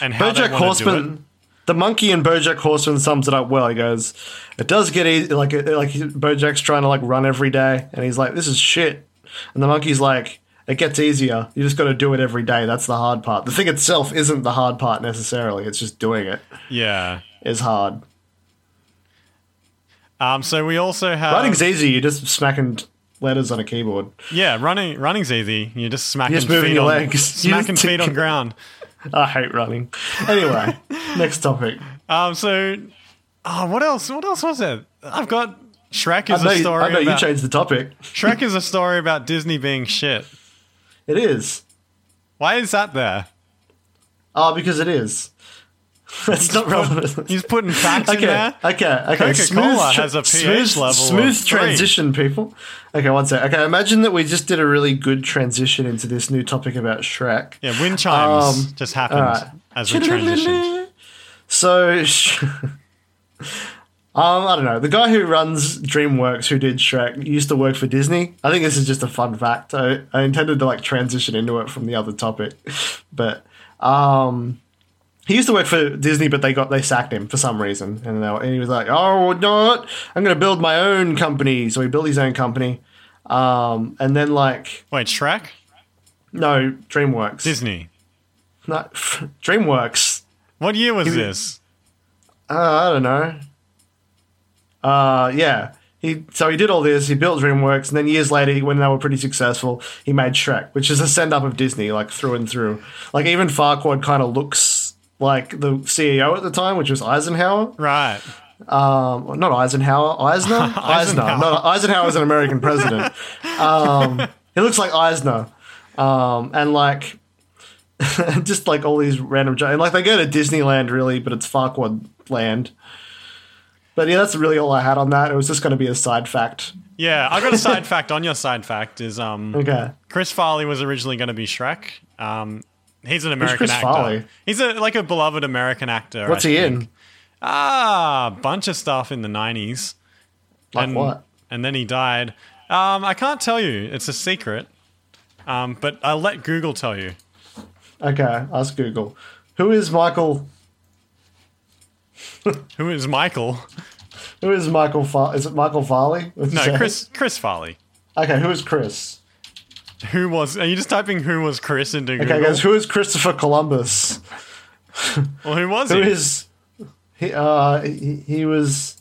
[SPEAKER 2] and how they
[SPEAKER 1] Bojack
[SPEAKER 2] want to do it.
[SPEAKER 1] Horseman, the monkey in Bojack Horseman sums it up well. He goes, "It does get easy. Like like Bojack's trying to like run every day, and he's like, this is shit." And the monkey's like, "It gets easier. You just got to do it every day. That's the hard part. The thing itself isn't the hard part necessarily. It's just doing it
[SPEAKER 2] Yeah.
[SPEAKER 1] is hard.
[SPEAKER 2] Um, so we also have
[SPEAKER 1] Writing's easy. You're just smacking letters on a keyboard.
[SPEAKER 2] yeah, running running's easy. You're just smacking
[SPEAKER 1] e- just moving
[SPEAKER 2] feet
[SPEAKER 1] your
[SPEAKER 2] on,
[SPEAKER 1] legs. You
[SPEAKER 2] smacking
[SPEAKER 1] just-
[SPEAKER 2] feet on ground.
[SPEAKER 1] I hate running. Anyway, next topic.
[SPEAKER 2] Um, so oh, what else? What else was it? I've got Shrek
[SPEAKER 1] I
[SPEAKER 2] is
[SPEAKER 1] know,
[SPEAKER 2] a
[SPEAKER 1] you,
[SPEAKER 2] story.
[SPEAKER 1] I know you
[SPEAKER 2] about,
[SPEAKER 1] changed the topic.
[SPEAKER 2] Shrek is a story about Disney being shit.
[SPEAKER 1] It is.
[SPEAKER 2] Why is that there?
[SPEAKER 1] Oh, because it is. That's not relevant.
[SPEAKER 2] He's putting facts in
[SPEAKER 1] Okay,
[SPEAKER 2] there.
[SPEAKER 1] okay, okay.
[SPEAKER 2] Coca-Cola has a pH
[SPEAKER 1] smooth,
[SPEAKER 2] level of
[SPEAKER 1] Smooth
[SPEAKER 2] three.
[SPEAKER 1] transition, people. Okay, one sec. Okay, imagine that we just did a really good transition into this new topic about Shrek.
[SPEAKER 2] Yeah, wind chimes
[SPEAKER 1] Um,
[SPEAKER 2] just happened
[SPEAKER 1] alright.
[SPEAKER 2] as we transitioned.
[SPEAKER 1] So, sh- um, I don't know. The guy who runs DreamWorks, who did Shrek, used to work for Disney. I think this is just a fun fact. I, I intended to like transition into it from the other topic, but um, he used to work for Disney, but they got they sacked him for some reason, and, they, were- and he was like, "Oh no, I'm going to build my own company." So he built his own company, um, and then like
[SPEAKER 2] Wait, Shrek?
[SPEAKER 1] no DreamWorks,
[SPEAKER 2] Disney.
[SPEAKER 1] no, DreamWorks.
[SPEAKER 2] What year was this?
[SPEAKER 1] Uh, I don't know. Uh, yeah. He so he did all this. He built DreamWorks, and then years later, when they were pretty successful, he made Shrek, which is a send up of Disney, like through and through. Like even Farquaad kind of looks like the CEO at the time, which was Eisenhower.
[SPEAKER 2] Right.
[SPEAKER 1] Um, well, not Eisenhower, Eisner. Eisner.
[SPEAKER 2] Eisenhower.
[SPEAKER 1] Not, Eisenhower is an American president. um, he looks like Eisner, um, and like just like all these random jo- and like they go to Disneyland really, but it's Farquaad Land. But yeah, that's really all I had on that. It was just going to be a side fact.
[SPEAKER 2] Yeah, I got a side fact on your side fact is um
[SPEAKER 1] Okay,
[SPEAKER 2] Chris Farley was originally going to be Shrek. Um, he's an American
[SPEAKER 1] Chris
[SPEAKER 2] actor.
[SPEAKER 1] Farley?
[SPEAKER 2] He's a like a beloved American actor.
[SPEAKER 1] what's
[SPEAKER 2] I
[SPEAKER 1] he
[SPEAKER 2] think.
[SPEAKER 1] in?
[SPEAKER 2] Ah, a bunch of stuff in the nineties.
[SPEAKER 1] Like
[SPEAKER 2] and,
[SPEAKER 1] what?
[SPEAKER 2] And then he died. Um, I can't tell you; it's a secret. Um, but I'll let Google tell you.
[SPEAKER 1] Okay, ask Google. Who is Michael?
[SPEAKER 2] Who is Michael?
[SPEAKER 1] Who is Michael? Far- is it Michael Farley? What'd you
[SPEAKER 2] No,
[SPEAKER 1] say?
[SPEAKER 2] Chris. Chris Farley.
[SPEAKER 1] Okay, who is Chris?
[SPEAKER 2] Who was? Are you just typing "Who was Chris" into Google?
[SPEAKER 1] Okay, guys, who is Christopher Columbus?
[SPEAKER 2] well, who was
[SPEAKER 1] Who
[SPEAKER 2] he?
[SPEAKER 1] is he? Uh, he, he was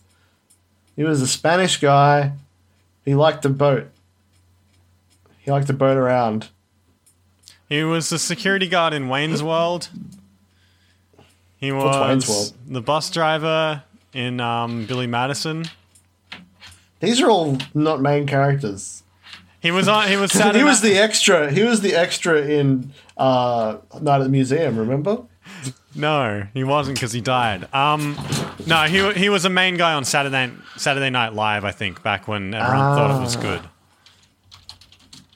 [SPEAKER 1] he was a Spanish guy. He liked to boat. He liked to boat around.
[SPEAKER 2] He was the security guard in Wayne's World. He
[SPEAKER 1] What's Wayne's
[SPEAKER 2] was the bus driver in um, Billy Madison.
[SPEAKER 1] These are all not main characters.
[SPEAKER 2] He was on. He was. Saturday
[SPEAKER 1] he was
[SPEAKER 2] Night-
[SPEAKER 1] the extra. He was the extra in uh, Night at the Museum. Remember?
[SPEAKER 2] No, he wasn't because he died. Um, no, he wa- he was a main guy on Saturday Saturday Night Live, I think, back when everyone thought it
[SPEAKER 1] Ah.
[SPEAKER 2] was good.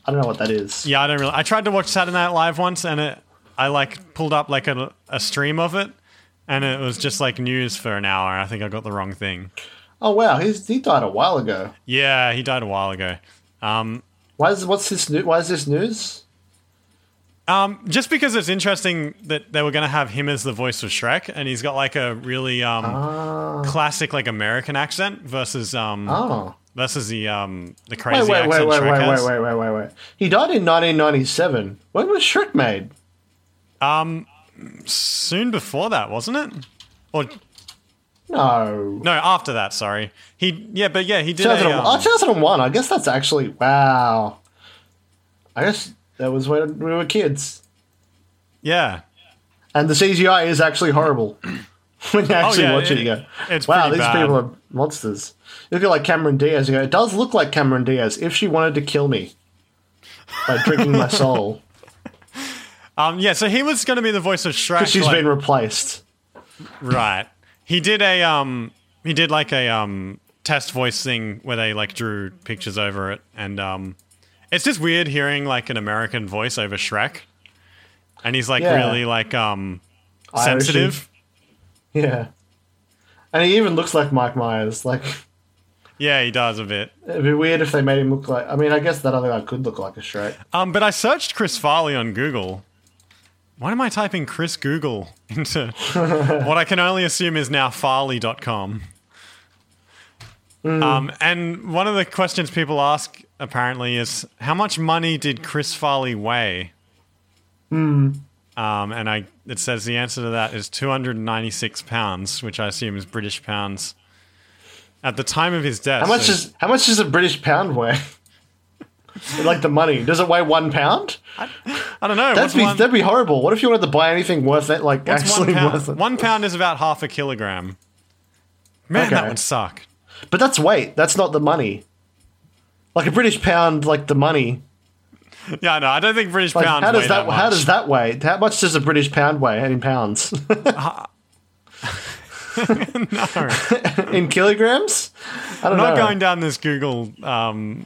[SPEAKER 1] I don't know what that is.
[SPEAKER 2] Yeah, I don't really. I tried to watch Saturday Night Live once, and it I like pulled up like a, a stream of it, and it was just like news for an hour. I think I got the wrong thing.
[SPEAKER 1] Oh wow, he's, he died a while ago.
[SPEAKER 2] Yeah, he died a while ago. Um,
[SPEAKER 1] Why is what's this? New, why is this news?
[SPEAKER 2] Um, just because it's interesting that they were going to have him as the voice of Shrek, and he's got like a really um, classic like American accent versus um,
[SPEAKER 1] Ah. Oh.
[SPEAKER 2] versus the um, the
[SPEAKER 1] Wait,
[SPEAKER 2] crazy
[SPEAKER 1] wait, wait,
[SPEAKER 2] accent
[SPEAKER 1] wait,
[SPEAKER 2] Shrek
[SPEAKER 1] wait,
[SPEAKER 2] has.
[SPEAKER 1] wait, wait, wait, wait, wait. He died in 1997. When was Shrek made?
[SPEAKER 2] Soon before that, wasn't it? Or
[SPEAKER 1] No.
[SPEAKER 2] no, after that. Sorry. He yeah, but yeah, he did. A,
[SPEAKER 1] 2001. Oh,
[SPEAKER 2] um,
[SPEAKER 1] 2001. I guess that's actually. Wow. I guess that was when we were kids.
[SPEAKER 2] yeah.
[SPEAKER 1] And the CGI is actually horrible. when you actually
[SPEAKER 2] Oh, yeah,
[SPEAKER 1] watch it,
[SPEAKER 2] it-
[SPEAKER 1] you go,
[SPEAKER 2] it's
[SPEAKER 1] wow,
[SPEAKER 2] pretty
[SPEAKER 1] these
[SPEAKER 2] bad."
[SPEAKER 1] people are monsters. You look at like Cameron Diaz, you go, it does look like Cameron Diaz if she wanted to kill me by drinking my soul.
[SPEAKER 2] Um, yeah. So he was going to be the voice of Shrek.
[SPEAKER 1] She's
[SPEAKER 2] like-
[SPEAKER 1] been replaced.
[SPEAKER 2] Right. He did a um he did like a um test voice thing where they like drew pictures over it and um it's just weird hearing like an American voice over Shrek. And he's like
[SPEAKER 1] Yeah.
[SPEAKER 2] really like um
[SPEAKER 1] Irishy.
[SPEAKER 2] sensitive.
[SPEAKER 1] Yeah. And he even looks like Mike Myers. Like,
[SPEAKER 2] Yeah, he does a bit.
[SPEAKER 1] it'd be weird if they made him look like. I mean, I guess that other guy could look like a Shrek.
[SPEAKER 2] Um but I searched Chris Farley on Google. Why am I typing Chris Google into what I can only assume is now farley.com?
[SPEAKER 1] Hmm.
[SPEAKER 2] Um, and one of the questions people ask apparently is how much money did Chris Farley weigh?
[SPEAKER 1] Hmm.
[SPEAKER 2] Um, and I, it says the answer to that is 296 pounds, which I assume is British pounds. At the time of his death,
[SPEAKER 1] How much
[SPEAKER 2] so-
[SPEAKER 1] is how much does a British pound weigh? like the money? Does it weigh one pound?
[SPEAKER 2] I don't know.
[SPEAKER 1] That'd
[SPEAKER 2] what's
[SPEAKER 1] be
[SPEAKER 2] one,
[SPEAKER 1] that'd be horrible. What if you wanted to buy anything worth it? Like
[SPEAKER 2] what's
[SPEAKER 1] actually
[SPEAKER 2] one,
[SPEAKER 1] worth it.
[SPEAKER 2] pound, one pound is about half a kilogram. Man, that
[SPEAKER 1] Okay.
[SPEAKER 2] would suck.
[SPEAKER 1] But that's weight. That's not the money. Like a British pound, like the money.
[SPEAKER 2] Yeah, no, I don't think British
[SPEAKER 1] Like
[SPEAKER 2] pounds
[SPEAKER 1] how
[SPEAKER 2] weigh
[SPEAKER 1] does
[SPEAKER 2] that,
[SPEAKER 1] that,
[SPEAKER 2] much.
[SPEAKER 1] how does that weigh? How much does a British pound weigh in pounds? in kilograms? I don't
[SPEAKER 2] I'm not
[SPEAKER 1] know.
[SPEAKER 2] going down this Google, um,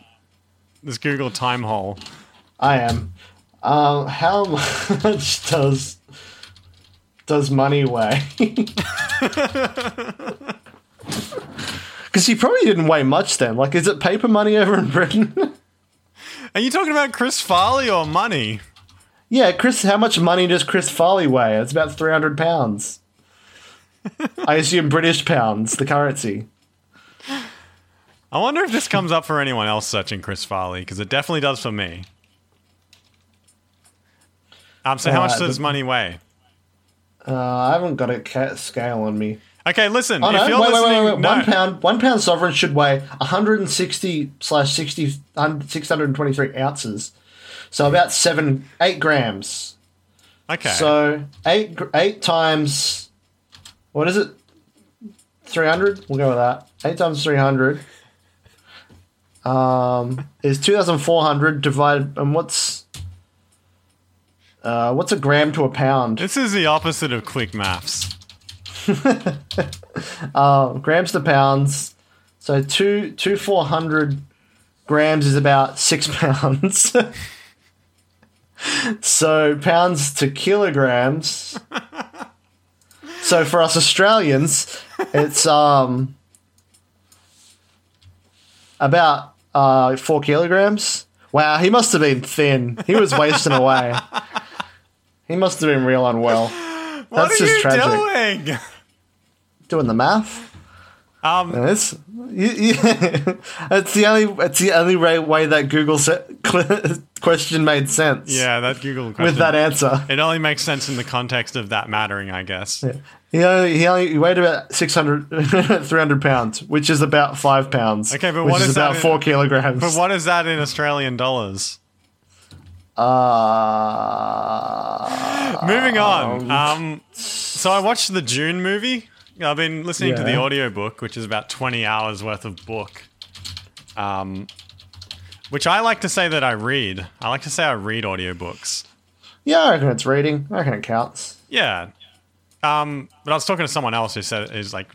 [SPEAKER 2] this Google time hole.
[SPEAKER 1] I am. Um, how much does does money weigh? Because he probably didn't weigh much then. Like, is it paper money over in Britain?
[SPEAKER 2] Are you talking about Chris Farley or money?
[SPEAKER 1] yeah, Chris. How much money does Chris Farley weigh? It's about three hundred pounds. I assume British pounds, the currency.
[SPEAKER 2] I wonder if this comes up for anyone else searching Chris Farley because it definitely does for me. Um, so how much
[SPEAKER 1] Alright,
[SPEAKER 2] does money weigh?
[SPEAKER 1] Uh, I haven't got a ca- scale on me.
[SPEAKER 2] Okay, listen.
[SPEAKER 1] Oh,
[SPEAKER 2] if
[SPEAKER 1] no,
[SPEAKER 2] you're
[SPEAKER 1] wait, wait,
[SPEAKER 2] listening,
[SPEAKER 1] wait, wait.
[SPEAKER 2] no,
[SPEAKER 1] One pound, one pound sovereign should weigh 160 slash 60, 623 ounces. So about seven, eight grams.
[SPEAKER 2] okay,
[SPEAKER 1] So eight, gr- eight times, what is it? 300? We'll go with that. Eight times 300 um, is 2,400 divided, and what's, uh, what's a gram to a pound?
[SPEAKER 2] this is the opposite of quick maths.
[SPEAKER 1] grams to pounds. So two two four hundred grams is about six pounds. so pounds to kilograms. so for us Australians, it's um about uh four kilograms. Wow, he must have been thin. He was wasting away. He must have been real unwell.
[SPEAKER 2] What
[SPEAKER 1] That's
[SPEAKER 2] are
[SPEAKER 1] just
[SPEAKER 2] you
[SPEAKER 1] tragic.
[SPEAKER 2] doing?
[SPEAKER 1] Doing the math.
[SPEAKER 2] Um,
[SPEAKER 1] It's you, you, it's the only it's the only way, way that Google se- question made sense.
[SPEAKER 2] yeah, that Google question.
[SPEAKER 1] with that answer,
[SPEAKER 2] it only makes sense in the context of that mattering, I guess.
[SPEAKER 1] he only, he only he weighed about 600, 300 pounds, which is about five pounds.
[SPEAKER 2] Okay, but
[SPEAKER 1] which
[SPEAKER 2] what
[SPEAKER 1] is
[SPEAKER 2] is that
[SPEAKER 1] about
[SPEAKER 2] in-
[SPEAKER 1] four kilograms?
[SPEAKER 2] But what is that in Australian dollars?
[SPEAKER 1] Uh,
[SPEAKER 2] Moving on. Um, so I watched the June movie. I've been listening to the
[SPEAKER 1] Yeah.
[SPEAKER 2] audiobook, which is about 20 hours worth of book. Um, which I like to say that I read. I like to say I read audiobooks.
[SPEAKER 1] yeah, I reckon it's reading. I reckon it counts.
[SPEAKER 2] Yeah. Um, but I was talking to someone else who said is like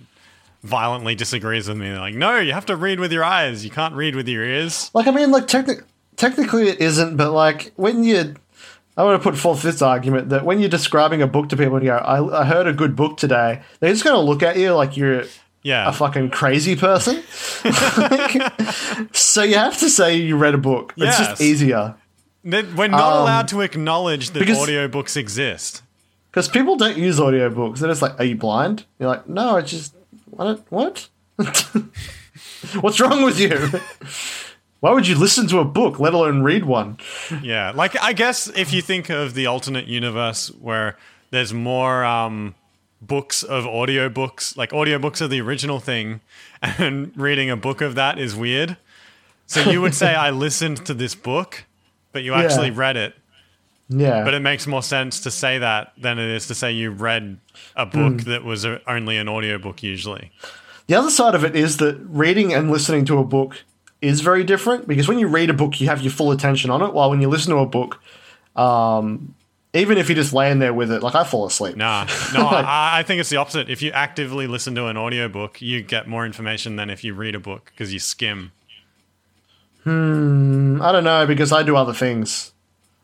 [SPEAKER 2] violently disagrees with me. They're like, no, you have to read with your eyes. You can't read with your ears.
[SPEAKER 1] Like I mean, like techni- technically it isn't, but like when you, I want to put forth this argument that when you're describing a book to people and you go, I, I heard a good book today, they're just going to look at you like you're
[SPEAKER 2] Yeah.
[SPEAKER 1] a fucking crazy person. so you have to say you read a book. It's
[SPEAKER 2] Yes.
[SPEAKER 1] just easier.
[SPEAKER 2] Th- We're not
[SPEAKER 1] Um,
[SPEAKER 2] allowed to acknowledge that
[SPEAKER 1] because-
[SPEAKER 2] audiobooks exist.
[SPEAKER 1] Because people don't use audiobooks. They're just like, are you blind? You're like, no, I just, what? what? What's wrong with you? Why would you listen to a book, let alone read one?
[SPEAKER 2] Yeah, like I guess if you think of the alternate universe where there's more um, books of audiobooks, like audiobooks are the original thing, and reading a book of that is weird. So you would say I listened to this book, but you actually read it.
[SPEAKER 1] Yeah.
[SPEAKER 2] But it makes more sense to say that than it is to say you read a book
[SPEAKER 1] Hmm.
[SPEAKER 2] that was a, only an audiobook usually.
[SPEAKER 1] the other side of it is that reading and listening to a book is very different because when you read a book, you have your full attention on it, while when you listen to a book, um, even if you're just laying there with it, like I fall asleep.
[SPEAKER 2] Nah, no, I, I think it's the opposite. If you actively listen to an audiobook, you get more information than if you read a book because you skim.
[SPEAKER 1] I don't know because I do other things.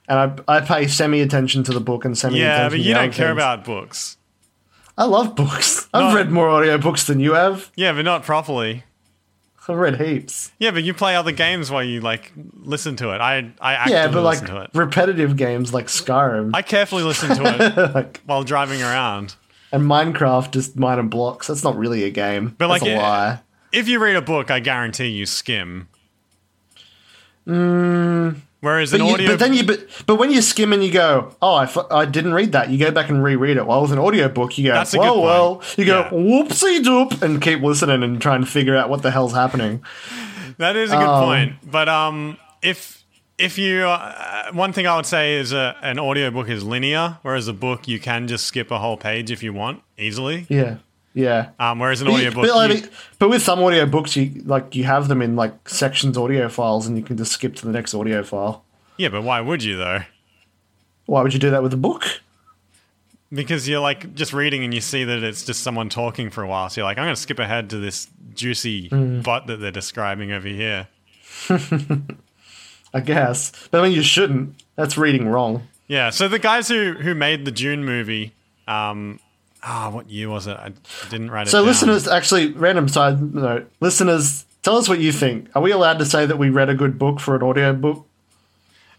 [SPEAKER 1] And I, I pay semi attention to the book and semi attention
[SPEAKER 2] Yeah,
[SPEAKER 1] to
[SPEAKER 2] but you
[SPEAKER 1] the
[SPEAKER 2] don't
[SPEAKER 1] other
[SPEAKER 2] care
[SPEAKER 1] things.
[SPEAKER 2] about books.
[SPEAKER 1] I love books. I've
[SPEAKER 2] No.
[SPEAKER 1] read more audiobooks than you have.
[SPEAKER 2] Yeah, but not properly.
[SPEAKER 1] I've read heaps.
[SPEAKER 2] Yeah, but you play other games while you like listen to it. I I actively
[SPEAKER 1] Yeah, but
[SPEAKER 2] listen to
[SPEAKER 1] like
[SPEAKER 2] it.
[SPEAKER 1] repetitive games like Skyrim
[SPEAKER 2] I carefully listen to it
[SPEAKER 1] like,
[SPEAKER 2] while driving around.
[SPEAKER 1] and Minecraft, just mine and blocks. That's not really a game.
[SPEAKER 2] But,
[SPEAKER 1] That's
[SPEAKER 2] like,
[SPEAKER 1] a
[SPEAKER 2] it-
[SPEAKER 1] lie.
[SPEAKER 2] If you read a book, I guarantee you skim. Whereas
[SPEAKER 1] Mm, But,
[SPEAKER 2] an
[SPEAKER 1] you-
[SPEAKER 2] audio,
[SPEAKER 1] but then you but, but when you skim and you go, oh, I, fu- I didn't read that. You go back and reread it. While with an audiobook, you go,
[SPEAKER 2] That's a good
[SPEAKER 1] well,
[SPEAKER 2] point.
[SPEAKER 1] well. You go,
[SPEAKER 2] Yeah.
[SPEAKER 1] whoopsie doop, and keep listening and trying to figure out what the hell's happening.
[SPEAKER 2] that is a good point. But um, if if you uh, one thing I would say is uh an audiobook is linear, whereas a book you can just skip a whole page if you want easily.
[SPEAKER 1] Yeah, yeah.
[SPEAKER 2] Um, whereas an
[SPEAKER 1] But, you-
[SPEAKER 2] audiobook,
[SPEAKER 1] but, like,
[SPEAKER 2] you-
[SPEAKER 1] but with some audiobooks, you like you have them in like sections audio files, and you can just skip to the next audio file.
[SPEAKER 2] yeah, but why would you though?
[SPEAKER 1] Why would you do that with a book?
[SPEAKER 2] Because you're like just reading and you see that it's just someone talking for a while. So you're like, I'm going to skip ahead to this juicy
[SPEAKER 1] Mm.
[SPEAKER 2] butt that they're describing over here.
[SPEAKER 1] I guess, but I mean, you shouldn't. That's reading wrong.
[SPEAKER 2] Yeah. So the guys who who made the June movie, um, ah, what year was it? I didn't write it.
[SPEAKER 1] So,
[SPEAKER 2] down.
[SPEAKER 1] listeners, actually, random side note, listeners, tell us what you think. Are we allowed to say that we read a good book for an audiobook?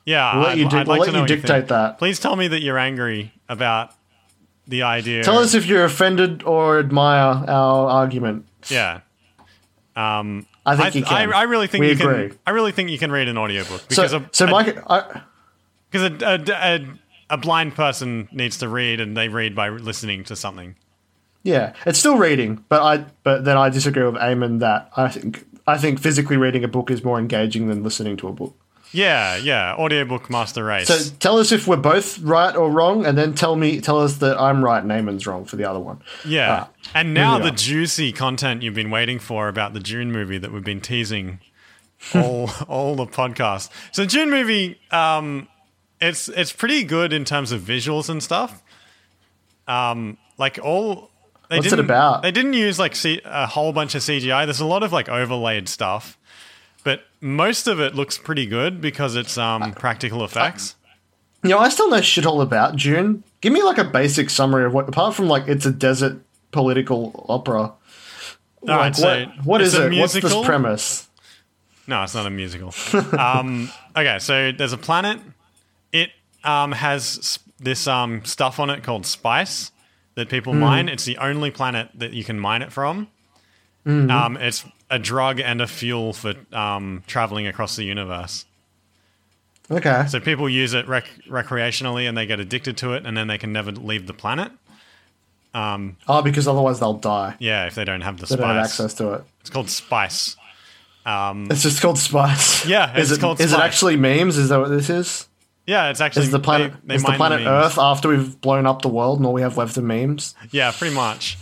[SPEAKER 2] yeah,
[SPEAKER 1] We'll let
[SPEAKER 2] I'd,
[SPEAKER 1] you, di-
[SPEAKER 2] I'd
[SPEAKER 1] we'll
[SPEAKER 2] like
[SPEAKER 1] let
[SPEAKER 2] to know
[SPEAKER 1] you
[SPEAKER 2] what
[SPEAKER 1] dictate
[SPEAKER 2] think.
[SPEAKER 1] that.
[SPEAKER 2] Please tell me that you're angry about the idea.
[SPEAKER 1] Tell us if you're offended or admire our argument.
[SPEAKER 2] Yeah. Um,
[SPEAKER 1] I think
[SPEAKER 2] I,
[SPEAKER 1] you can.
[SPEAKER 2] I, I really think
[SPEAKER 1] We
[SPEAKER 2] you can.
[SPEAKER 1] agree.
[SPEAKER 2] I really think you can read an audiobook
[SPEAKER 1] So,
[SPEAKER 2] because a,
[SPEAKER 1] so
[SPEAKER 2] a-
[SPEAKER 1] Mike, I,
[SPEAKER 2] Because a, a, a, a blind person needs to read, and they read by listening to something.
[SPEAKER 1] yeah, it's still reading, but I, but then I disagree with Eamon that I think I think physically reading a book is more engaging than listening to a book.
[SPEAKER 2] Yeah, yeah. Audiobook master race.
[SPEAKER 1] So tell us if we're both right or wrong, and then tell me tell us that I'm right and Eamon's wrong for the other one.
[SPEAKER 2] yeah.
[SPEAKER 1] Ah,
[SPEAKER 2] and now
[SPEAKER 1] moving
[SPEAKER 2] the
[SPEAKER 1] on.
[SPEAKER 2] juicy content you've been waiting for about the June movie that we've been teasing all all the podcast. So June movie, um, it's it's pretty good in terms of visuals and stuff. Um, like all. They
[SPEAKER 1] What's it
[SPEAKER 2] didn't,
[SPEAKER 1] about?
[SPEAKER 2] They didn't use like C- a whole bunch of CGI. There's a lot of like overlaid stuff, but most of it looks pretty good because it's um, practical effects.
[SPEAKER 1] You know, I still know shit all about June. Give me like a basic summary of what, apart from like it's a desert political opera.
[SPEAKER 2] All right,
[SPEAKER 1] Like,
[SPEAKER 2] so
[SPEAKER 1] what, what
[SPEAKER 2] it's
[SPEAKER 1] is
[SPEAKER 2] a
[SPEAKER 1] it? What's
[SPEAKER 2] musical.
[SPEAKER 1] this premise?
[SPEAKER 2] No, it's not a musical. um, okay, so there's a planet. It um, has sp- this um, stuff on it called spice that
[SPEAKER 1] Hmm.
[SPEAKER 2] people mine. It's the only planet that you can mine it from.
[SPEAKER 1] Hmm.
[SPEAKER 2] Um, it's a drug and a fuel for um, traveling across the universe.
[SPEAKER 1] Okay.
[SPEAKER 2] So people use it rec- recreationally and they get addicted to it, and then they can never leave the planet.
[SPEAKER 1] Oh, because otherwise they'll die.
[SPEAKER 2] Yeah, if they don't have the
[SPEAKER 1] They don't have
[SPEAKER 2] spice.
[SPEAKER 1] access to it.
[SPEAKER 2] It's called spice.
[SPEAKER 1] It's just called Spice.
[SPEAKER 2] Yeah,
[SPEAKER 1] is
[SPEAKER 2] it's
[SPEAKER 1] it,
[SPEAKER 2] called
[SPEAKER 1] is it
[SPEAKER 2] Spice.
[SPEAKER 1] actually memes? Is that what this is?
[SPEAKER 2] Yeah, it's actually
[SPEAKER 1] Is the planet
[SPEAKER 2] They, they
[SPEAKER 1] is the
[SPEAKER 2] mine
[SPEAKER 1] planet
[SPEAKER 2] memes.
[SPEAKER 1] Earth after we've blown up the world and all we have left are memes?
[SPEAKER 2] Yeah, pretty much.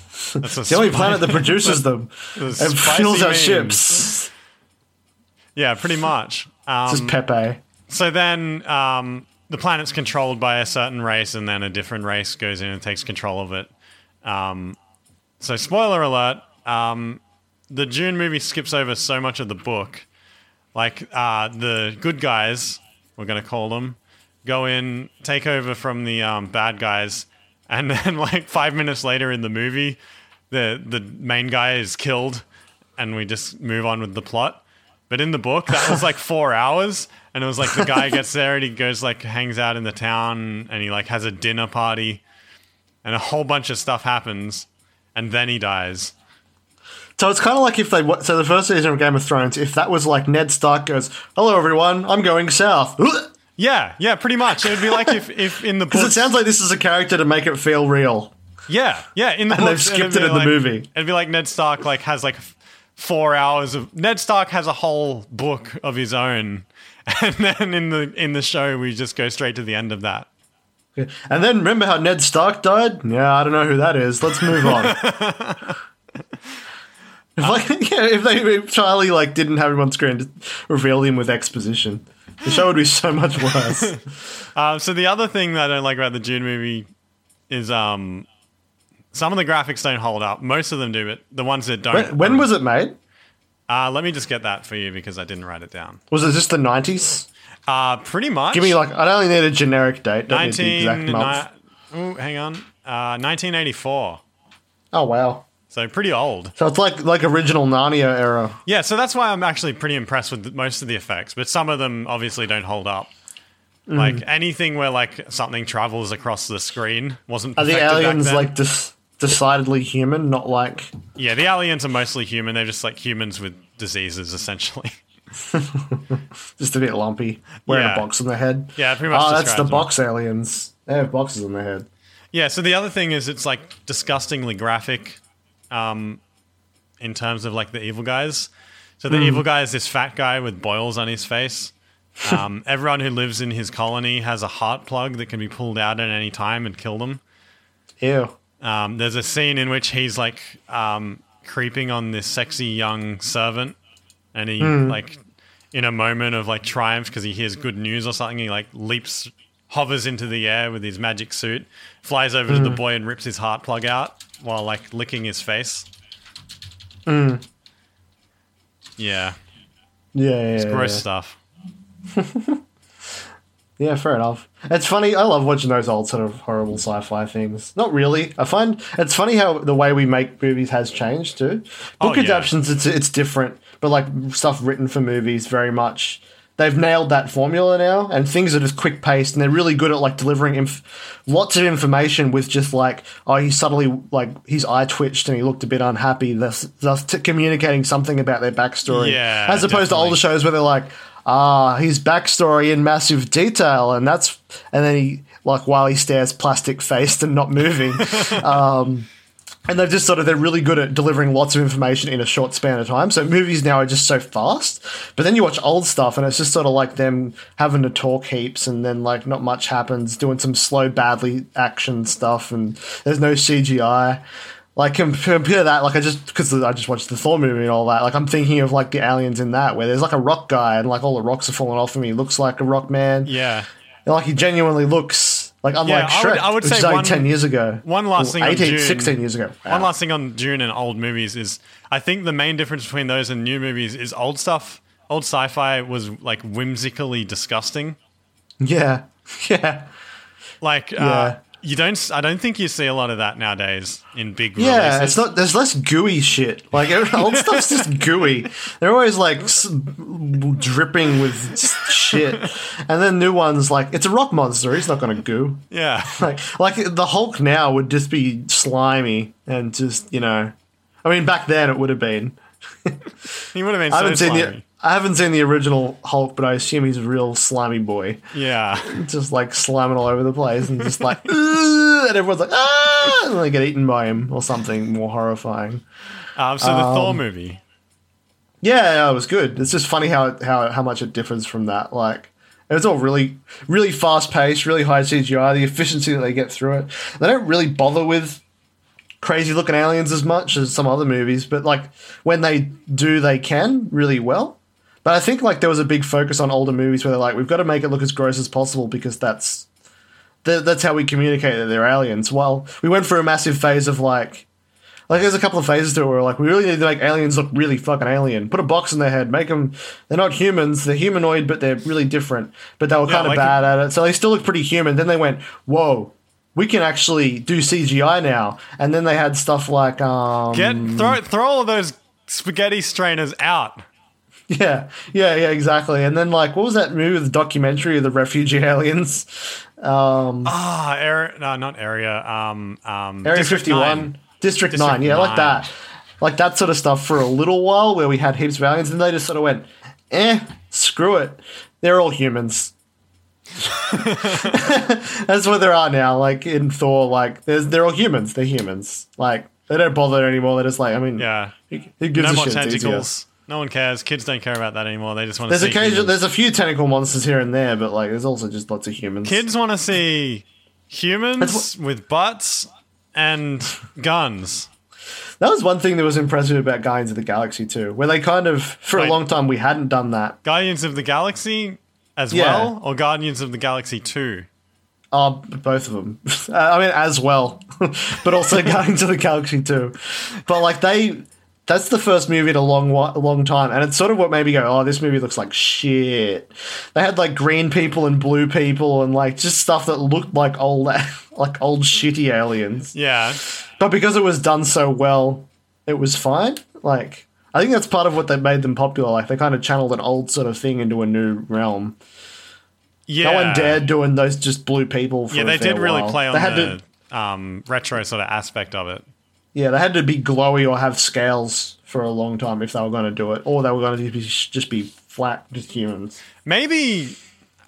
[SPEAKER 2] That's a
[SPEAKER 1] The only
[SPEAKER 2] spice-
[SPEAKER 1] planet that produces them
[SPEAKER 2] the
[SPEAKER 1] and
[SPEAKER 2] spicy
[SPEAKER 1] fuels our
[SPEAKER 2] memes.
[SPEAKER 1] ships.
[SPEAKER 2] Yeah, pretty much. Um,
[SPEAKER 1] Just Pepe.
[SPEAKER 2] so then um, the planet's controlled by a certain race, and then a different race goes in and takes control of it. Um, so, spoiler alert um, the June movie skips over so much of the book. Like, uh, the good guys, we're going to call them, go in, take over from the um, bad guys, and then, like, five minutes later in the movie, the, the main guy is killed, and we just move on with the plot. But in the book, that was like four hours, And it was like the guy gets there and he goes like hangs out in the town and he like has a dinner party and a whole bunch of stuff happens and then he dies.
[SPEAKER 1] So it's kind of like if they wa- so the first season of Game of Thrones, if that was like Ned Stark goes, "Hello everyone, I'm going south," because
[SPEAKER 2] Yeah, yeah, pretty much. It would be like if, if in the books
[SPEAKER 1] it sounds like this is a character to make it feel real.
[SPEAKER 2] Yeah, yeah. In the
[SPEAKER 1] And they've
[SPEAKER 2] books,
[SPEAKER 1] skipped
[SPEAKER 2] it'd be
[SPEAKER 1] it in the
[SPEAKER 2] like-
[SPEAKER 1] movie.
[SPEAKER 2] It'd be like Ned Stark like has like f- four hours of Ned Stark has a whole book of his own, and then in the in the show we just go straight to the end of that.
[SPEAKER 1] And then remember how Ned Stark died? Yeah, I don't know who that is. Let's move on. If, like, yeah, if they if Charlie like didn't have him on screen to reveal him with exposition, the show would be so much worse.
[SPEAKER 2] Um, so the other thing that I don't like about the June movie is um. Some of the graphics don't hold up. Most of them do, but the ones that don't.
[SPEAKER 1] when, when was it made?
[SPEAKER 2] uh, let me just get that for you because I didn't write it down.
[SPEAKER 1] Was it just the nineties?
[SPEAKER 2] Uh, pretty much.
[SPEAKER 1] Give me like I only need a generic date, don't need the exact
[SPEAKER 2] 19.
[SPEAKER 1] month.
[SPEAKER 2] ni- ooh, hang on. Uh, 1984.
[SPEAKER 1] Oh wow!
[SPEAKER 2] So pretty old.
[SPEAKER 1] So it's like like original Narnia era.
[SPEAKER 2] Yeah, so that's why I'm actually pretty impressed with most of the effects, but some of them obviously don't hold up.
[SPEAKER 1] Mm.
[SPEAKER 2] Like anything where like something travels across the screen wasn't.
[SPEAKER 1] Are the
[SPEAKER 2] perfected back
[SPEAKER 1] aliens
[SPEAKER 2] then.
[SPEAKER 1] like dis- decidedly human, not like
[SPEAKER 2] Yeah, the aliens are mostly human. They're just like humans with diseases, essentially.
[SPEAKER 1] just a bit lumpy, wearing
[SPEAKER 2] Yeah.
[SPEAKER 1] a box on their head?
[SPEAKER 2] Yeah, pretty much
[SPEAKER 1] Oh, that's the
[SPEAKER 2] describes them.
[SPEAKER 1] box aliens. They have boxes on their head.
[SPEAKER 2] yeah. So the other thing is, it's like disgustingly graphic, um, in terms of like the evil guys. So the evil guy is this fat guy with boils on his face. Um, everyone who lives in his colony has a heart plug that can be pulled out at any time and kill them.
[SPEAKER 1] Ew.
[SPEAKER 2] Um, there's a scene in which he's like um, creeping on this sexy young servant, and he like in a moment of like triumph because he hears good news or something, he like leaps, hovers into the air with his magic suit, flies over to the boy and rips his heart plug out while like licking his face. Yeah,
[SPEAKER 1] Yeah, yeah, yeah,
[SPEAKER 2] gross
[SPEAKER 1] yeah.
[SPEAKER 2] stuff.
[SPEAKER 1] Yeah, fair enough. It's funny. I love watching those old sort of horrible sci-fi things. Not really. I find it's funny how the way we make movies has changed too. Book
[SPEAKER 2] Oh, yeah.
[SPEAKER 1] adaptations, it's it's different, but like stuff written for movies, very much. They've nailed that formula now, and things are just quick paced, and they're really good at like delivering inf- lots of information with just like, oh, he suddenly like his eye twitched and he looked a bit unhappy, thus thus t- communicating something about their backstory,
[SPEAKER 2] Yeah,
[SPEAKER 1] as opposed to
[SPEAKER 2] definitely.
[SPEAKER 1] older shows where they're like, ah, his backstory in massive detail, and that's, and then he like while he stares plastic faced and not moving, um, and they're just sort of they're really good at delivering lots of information in a short span of time. So movies now are just so fast, but then you watch old stuff and it's just sort of like them having to talk heaps, and then like not much happens, doing some slow, badly action stuff, and there's no CGI. Like com- compare that, like I just because I just watched the Thor movie and all that. Like I'm thinking of like the aliens in that, where there's like a rock guy and like all the rocks are falling off him. He looks like a rock man.
[SPEAKER 2] Yeah.
[SPEAKER 1] and, like he genuinely looks like unlike
[SPEAKER 2] I
[SPEAKER 1] Shrek,
[SPEAKER 2] would- I would
[SPEAKER 1] which
[SPEAKER 2] say
[SPEAKER 1] is only
[SPEAKER 2] one-
[SPEAKER 1] ten years ago.
[SPEAKER 2] one last
[SPEAKER 1] Or
[SPEAKER 2] thing on
[SPEAKER 1] 18,
[SPEAKER 2] Dune.
[SPEAKER 1] 16 years ago.
[SPEAKER 2] One
[SPEAKER 1] Wow.
[SPEAKER 2] last thing on Dune and old movies is I think the main difference between those and new movies is old stuff, old sci fi was like whimsically disgusting.
[SPEAKER 1] yeah, yeah,
[SPEAKER 2] Like,
[SPEAKER 1] Yeah.
[SPEAKER 2] uh, you don't, s- I don't think you see a lot of that nowadays in big
[SPEAKER 1] yeah.
[SPEAKER 2] releases.
[SPEAKER 1] It's not there's less gooey shit. Like every- old stuff's just gooey. They're always like s- dripping with shit, and then new ones like it's a rock monster. He's not going to goo.
[SPEAKER 2] yeah.
[SPEAKER 1] like like the Hulk now would just be slimy and just you know, I mean back then it would have been.
[SPEAKER 2] He would have been
[SPEAKER 1] I haven't
[SPEAKER 2] so
[SPEAKER 1] seen
[SPEAKER 2] slimy.
[SPEAKER 1] the I haven't seen the original Hulk, but I assume he's a real slimy boy,
[SPEAKER 2] Yeah.
[SPEAKER 1] just like slamming all over the place and just like "Ugh," and everyone's like ah, and they get eaten by him or something more horrifying.
[SPEAKER 2] Um, so the Thor movie.
[SPEAKER 1] Yeah, yeah, it was good. It's just funny how it, how how much it differs from that. Like it was all really really fast paced, really high CGI. The efficiency that they get through it, they don't really bother with crazy looking aliens as much as some other movies. But like when they do, they can really well. But I think like there was a big focus on older movies where they're like, we've got to make it look as gross as possible because that's th- that's how we communicate that they're aliens. Well, we went through a massive phase of like. Like there's a couple of phases to it where like we really need to make aliens look really fucking alien. Put a box in their head, make them. They're not humans. They're humanoid, but they're really different. But they were kind of
[SPEAKER 2] like-
[SPEAKER 1] bad at it, so they still look pretty human. Then they went, whoa, we can actually do CGI now. And then they had stuff like um,
[SPEAKER 2] Get, throw, throw all those spaghetti strainers out.
[SPEAKER 1] Yeah, yeah, yeah, exactly. And then like, what was that movie, the documentary of the refugee aliens? Um,
[SPEAKER 2] Ah, area. No, not area. Um, um,
[SPEAKER 1] Area
[SPEAKER 2] District
[SPEAKER 1] 51,
[SPEAKER 2] 9.
[SPEAKER 1] District,
[SPEAKER 2] District
[SPEAKER 1] 9, yeah, like
[SPEAKER 2] 9.
[SPEAKER 1] that. Like that sort of stuff for a little while where we had heaps of aliens and they just sort of went, eh, screw it. They're all humans. That's what there are now. Like in Thor, like there's, they're all humans. They're humans. Like they don't bother anymore. They're just like, I mean,
[SPEAKER 2] Yeah.
[SPEAKER 1] who, who gives
[SPEAKER 2] No
[SPEAKER 1] a
[SPEAKER 2] more
[SPEAKER 1] shit? It's easier.
[SPEAKER 2] tentacles. No one cares. Kids don't care about that anymore. They just want to
[SPEAKER 1] There's
[SPEAKER 2] see.
[SPEAKER 1] occasion,
[SPEAKER 2] humans.
[SPEAKER 1] there's a few tentacle monsters here and there, but like there's also just lots of humans.
[SPEAKER 2] Kids want to see humans with butts and guns.
[SPEAKER 1] That was one thing that was impressive about Guardians of the Galaxy too, where they kind of for a
[SPEAKER 2] Right.
[SPEAKER 1] long time we hadn't done that.
[SPEAKER 2] Guardians of the Galaxy as
[SPEAKER 1] Yeah.
[SPEAKER 2] well, or Guardians of the Galaxy 2?
[SPEAKER 1] Uh, both of them. Uh, I mean, as well, but also Guardians of the Galaxy too. But like they, that's the first movie in a long, wa- long time, and it's sort of what made me go, "Oh, this movie looks like shit." They had like green people and blue people, and like just stuff that looked like old, like old shitty aliens.
[SPEAKER 2] Yeah.
[SPEAKER 1] But because it was done so well, it was fine. Like I think that's part of what they made them popular. Like they kind of channeled an old sort of thing into a new realm.
[SPEAKER 2] Yeah.
[SPEAKER 1] No one dared doing those just blue people. For
[SPEAKER 2] Yeah,
[SPEAKER 1] a
[SPEAKER 2] they
[SPEAKER 1] fair
[SPEAKER 2] did really
[SPEAKER 1] while.
[SPEAKER 2] play on
[SPEAKER 1] they had
[SPEAKER 2] the
[SPEAKER 1] to,
[SPEAKER 2] um, retro sort of aspect of it.
[SPEAKER 1] yeah, they had to be glowy or have scales for a long time if they were going to do it, or they were going to just be flat, just humans.
[SPEAKER 2] Maybe.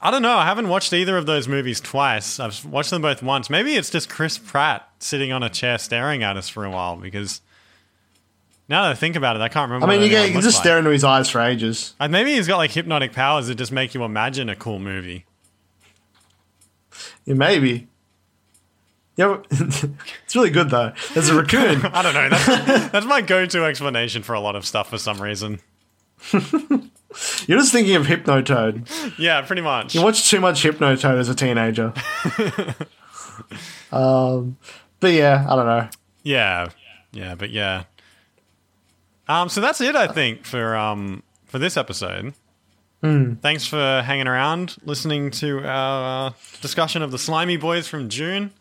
[SPEAKER 2] I don't know. I haven't watched either of those movies twice. I've watched them both once. Maybe it's just Chris Pratt sitting on a chair staring at us for a while because now that I think about it, I can't remember.
[SPEAKER 1] I mean,
[SPEAKER 2] what
[SPEAKER 1] you, get,
[SPEAKER 2] anyone
[SPEAKER 1] you can
[SPEAKER 2] looked
[SPEAKER 1] just
[SPEAKER 2] like.
[SPEAKER 1] stare into his eyes for ages.
[SPEAKER 2] And Uh, maybe he's got like hypnotic powers that just make you imagine a cool movie.
[SPEAKER 1] Yeah, maybe. Yeah, it's really good though. There's a raccoon.
[SPEAKER 2] I don't know. That's, that's my go-to explanation for a lot of stuff for some reason.
[SPEAKER 1] You're just thinking of Hypnotoad.
[SPEAKER 2] Yeah, pretty much.
[SPEAKER 1] You watched too much Hypnotoad as a teenager. um, but yeah, I don't know.
[SPEAKER 2] Yeah, yeah, but yeah. Um, so that's it, I think, for um for this episode. Thanks for hanging around, listening to our uh, discussion of the Slimy Boys from June.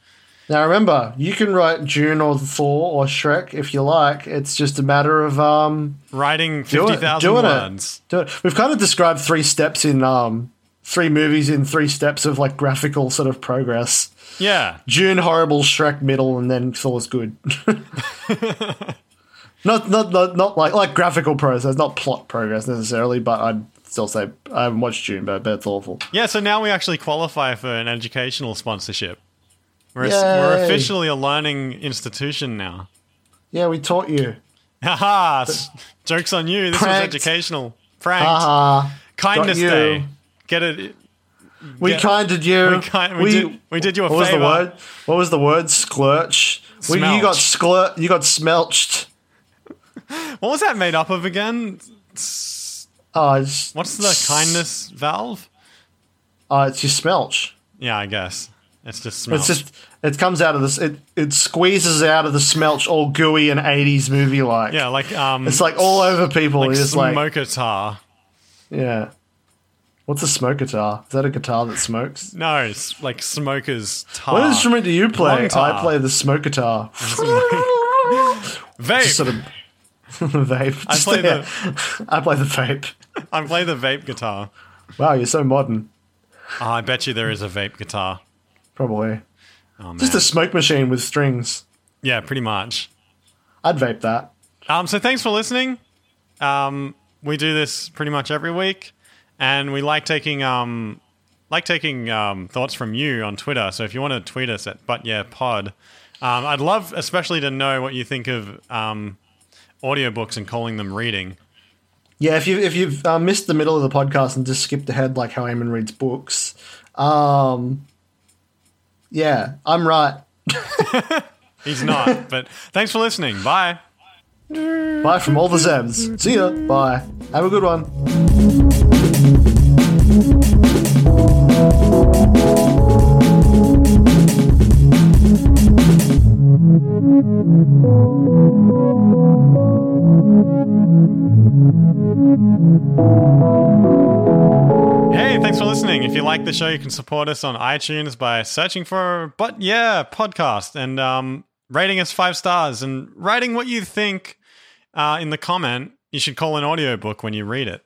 [SPEAKER 1] Now remember, you can write June or Thor or Shrek if you like. It's just a matter of um
[SPEAKER 2] Writing
[SPEAKER 1] doing-
[SPEAKER 2] fifty thousand
[SPEAKER 1] doing
[SPEAKER 2] words.
[SPEAKER 1] It. Doing it. We've kind of described three steps in um three movies in three steps of like graphical sort of progress.
[SPEAKER 2] Yeah,
[SPEAKER 1] June horrible, Shrek middle, and then Thor's good. not, not not not like like graphical progress, not plot progress necessarily, but I'd still say I haven't watched June, but I bet it's awful.
[SPEAKER 2] yeah. So now we actually qualify for an educational sponsorship. We're, we're
[SPEAKER 1] Yay.
[SPEAKER 2] officially a learning institution now.
[SPEAKER 1] Yeah, we taught you.
[SPEAKER 2] Haha! s- Jokes on you. This
[SPEAKER 1] Pranked.
[SPEAKER 2] was educational. Pranked.
[SPEAKER 1] Haha.
[SPEAKER 2] Kindness
[SPEAKER 1] got you.
[SPEAKER 2] Day. Get it?
[SPEAKER 1] We
[SPEAKER 2] Yeah.
[SPEAKER 1] kinded you.
[SPEAKER 2] We, kind, we, did, we did you a
[SPEAKER 1] What was
[SPEAKER 2] favor.
[SPEAKER 1] the word? What was the word? Sklurch. We, you got sklur. You got smelched.
[SPEAKER 2] What was that made up of again? S-
[SPEAKER 1] Oh, it's,
[SPEAKER 2] What's the kindness valve?
[SPEAKER 1] Oh, it's your smelch.
[SPEAKER 2] Yeah, I guess it's just smell.
[SPEAKER 1] It's just it comes out of this. It it squeezes out of the smelch, all gooey and eighties movie like.
[SPEAKER 2] yeah, like um,
[SPEAKER 1] It's like all over people.
[SPEAKER 2] like
[SPEAKER 1] It's
[SPEAKER 2] smoke
[SPEAKER 1] like
[SPEAKER 2] guitar.
[SPEAKER 1] yeah. What's a smoke guitar? Is that a guitar that smokes?
[SPEAKER 2] No, it's like smoker's tar.
[SPEAKER 1] What instrument do you play?
[SPEAKER 2] Ah, Long tar.
[SPEAKER 1] I play the smoke guitar.
[SPEAKER 2] vape?
[SPEAKER 1] Just sort of vape. Just,
[SPEAKER 2] play the-
[SPEAKER 1] I play the vape.
[SPEAKER 2] I play the vape guitar.
[SPEAKER 1] Wow, you're so modern.
[SPEAKER 2] Oh, I bet you there is a vape guitar.
[SPEAKER 1] Probably.
[SPEAKER 2] Oh man.
[SPEAKER 1] Just a smoke machine with strings.
[SPEAKER 2] yeah, pretty much.
[SPEAKER 1] I'd vape that.
[SPEAKER 2] Um, so thanks for listening. Um, we do this pretty much every week, and we like taking um, like taking um, thoughts from you on Twitter. So if you want to tweet us at But Yeah Pod, um, I'd love especially to know what you think of um, audiobooks and calling them reading.
[SPEAKER 1] Yeah, if you if you've uh, missed the middle of the podcast and just skipped ahead like how Eamon reads books, um, yeah, I'm right.
[SPEAKER 2] He's not, but thanks for listening. Bye.
[SPEAKER 1] Bye from all the Zebs. See ya. Bye. Have a good one.
[SPEAKER 2] Hey, thanks for listening. If you like the show, you can support us on iTunes by searching for But Yeah Podcast and um, rating us five stars and writing what you think uh, in the comment. You should call an audiobook when you read it.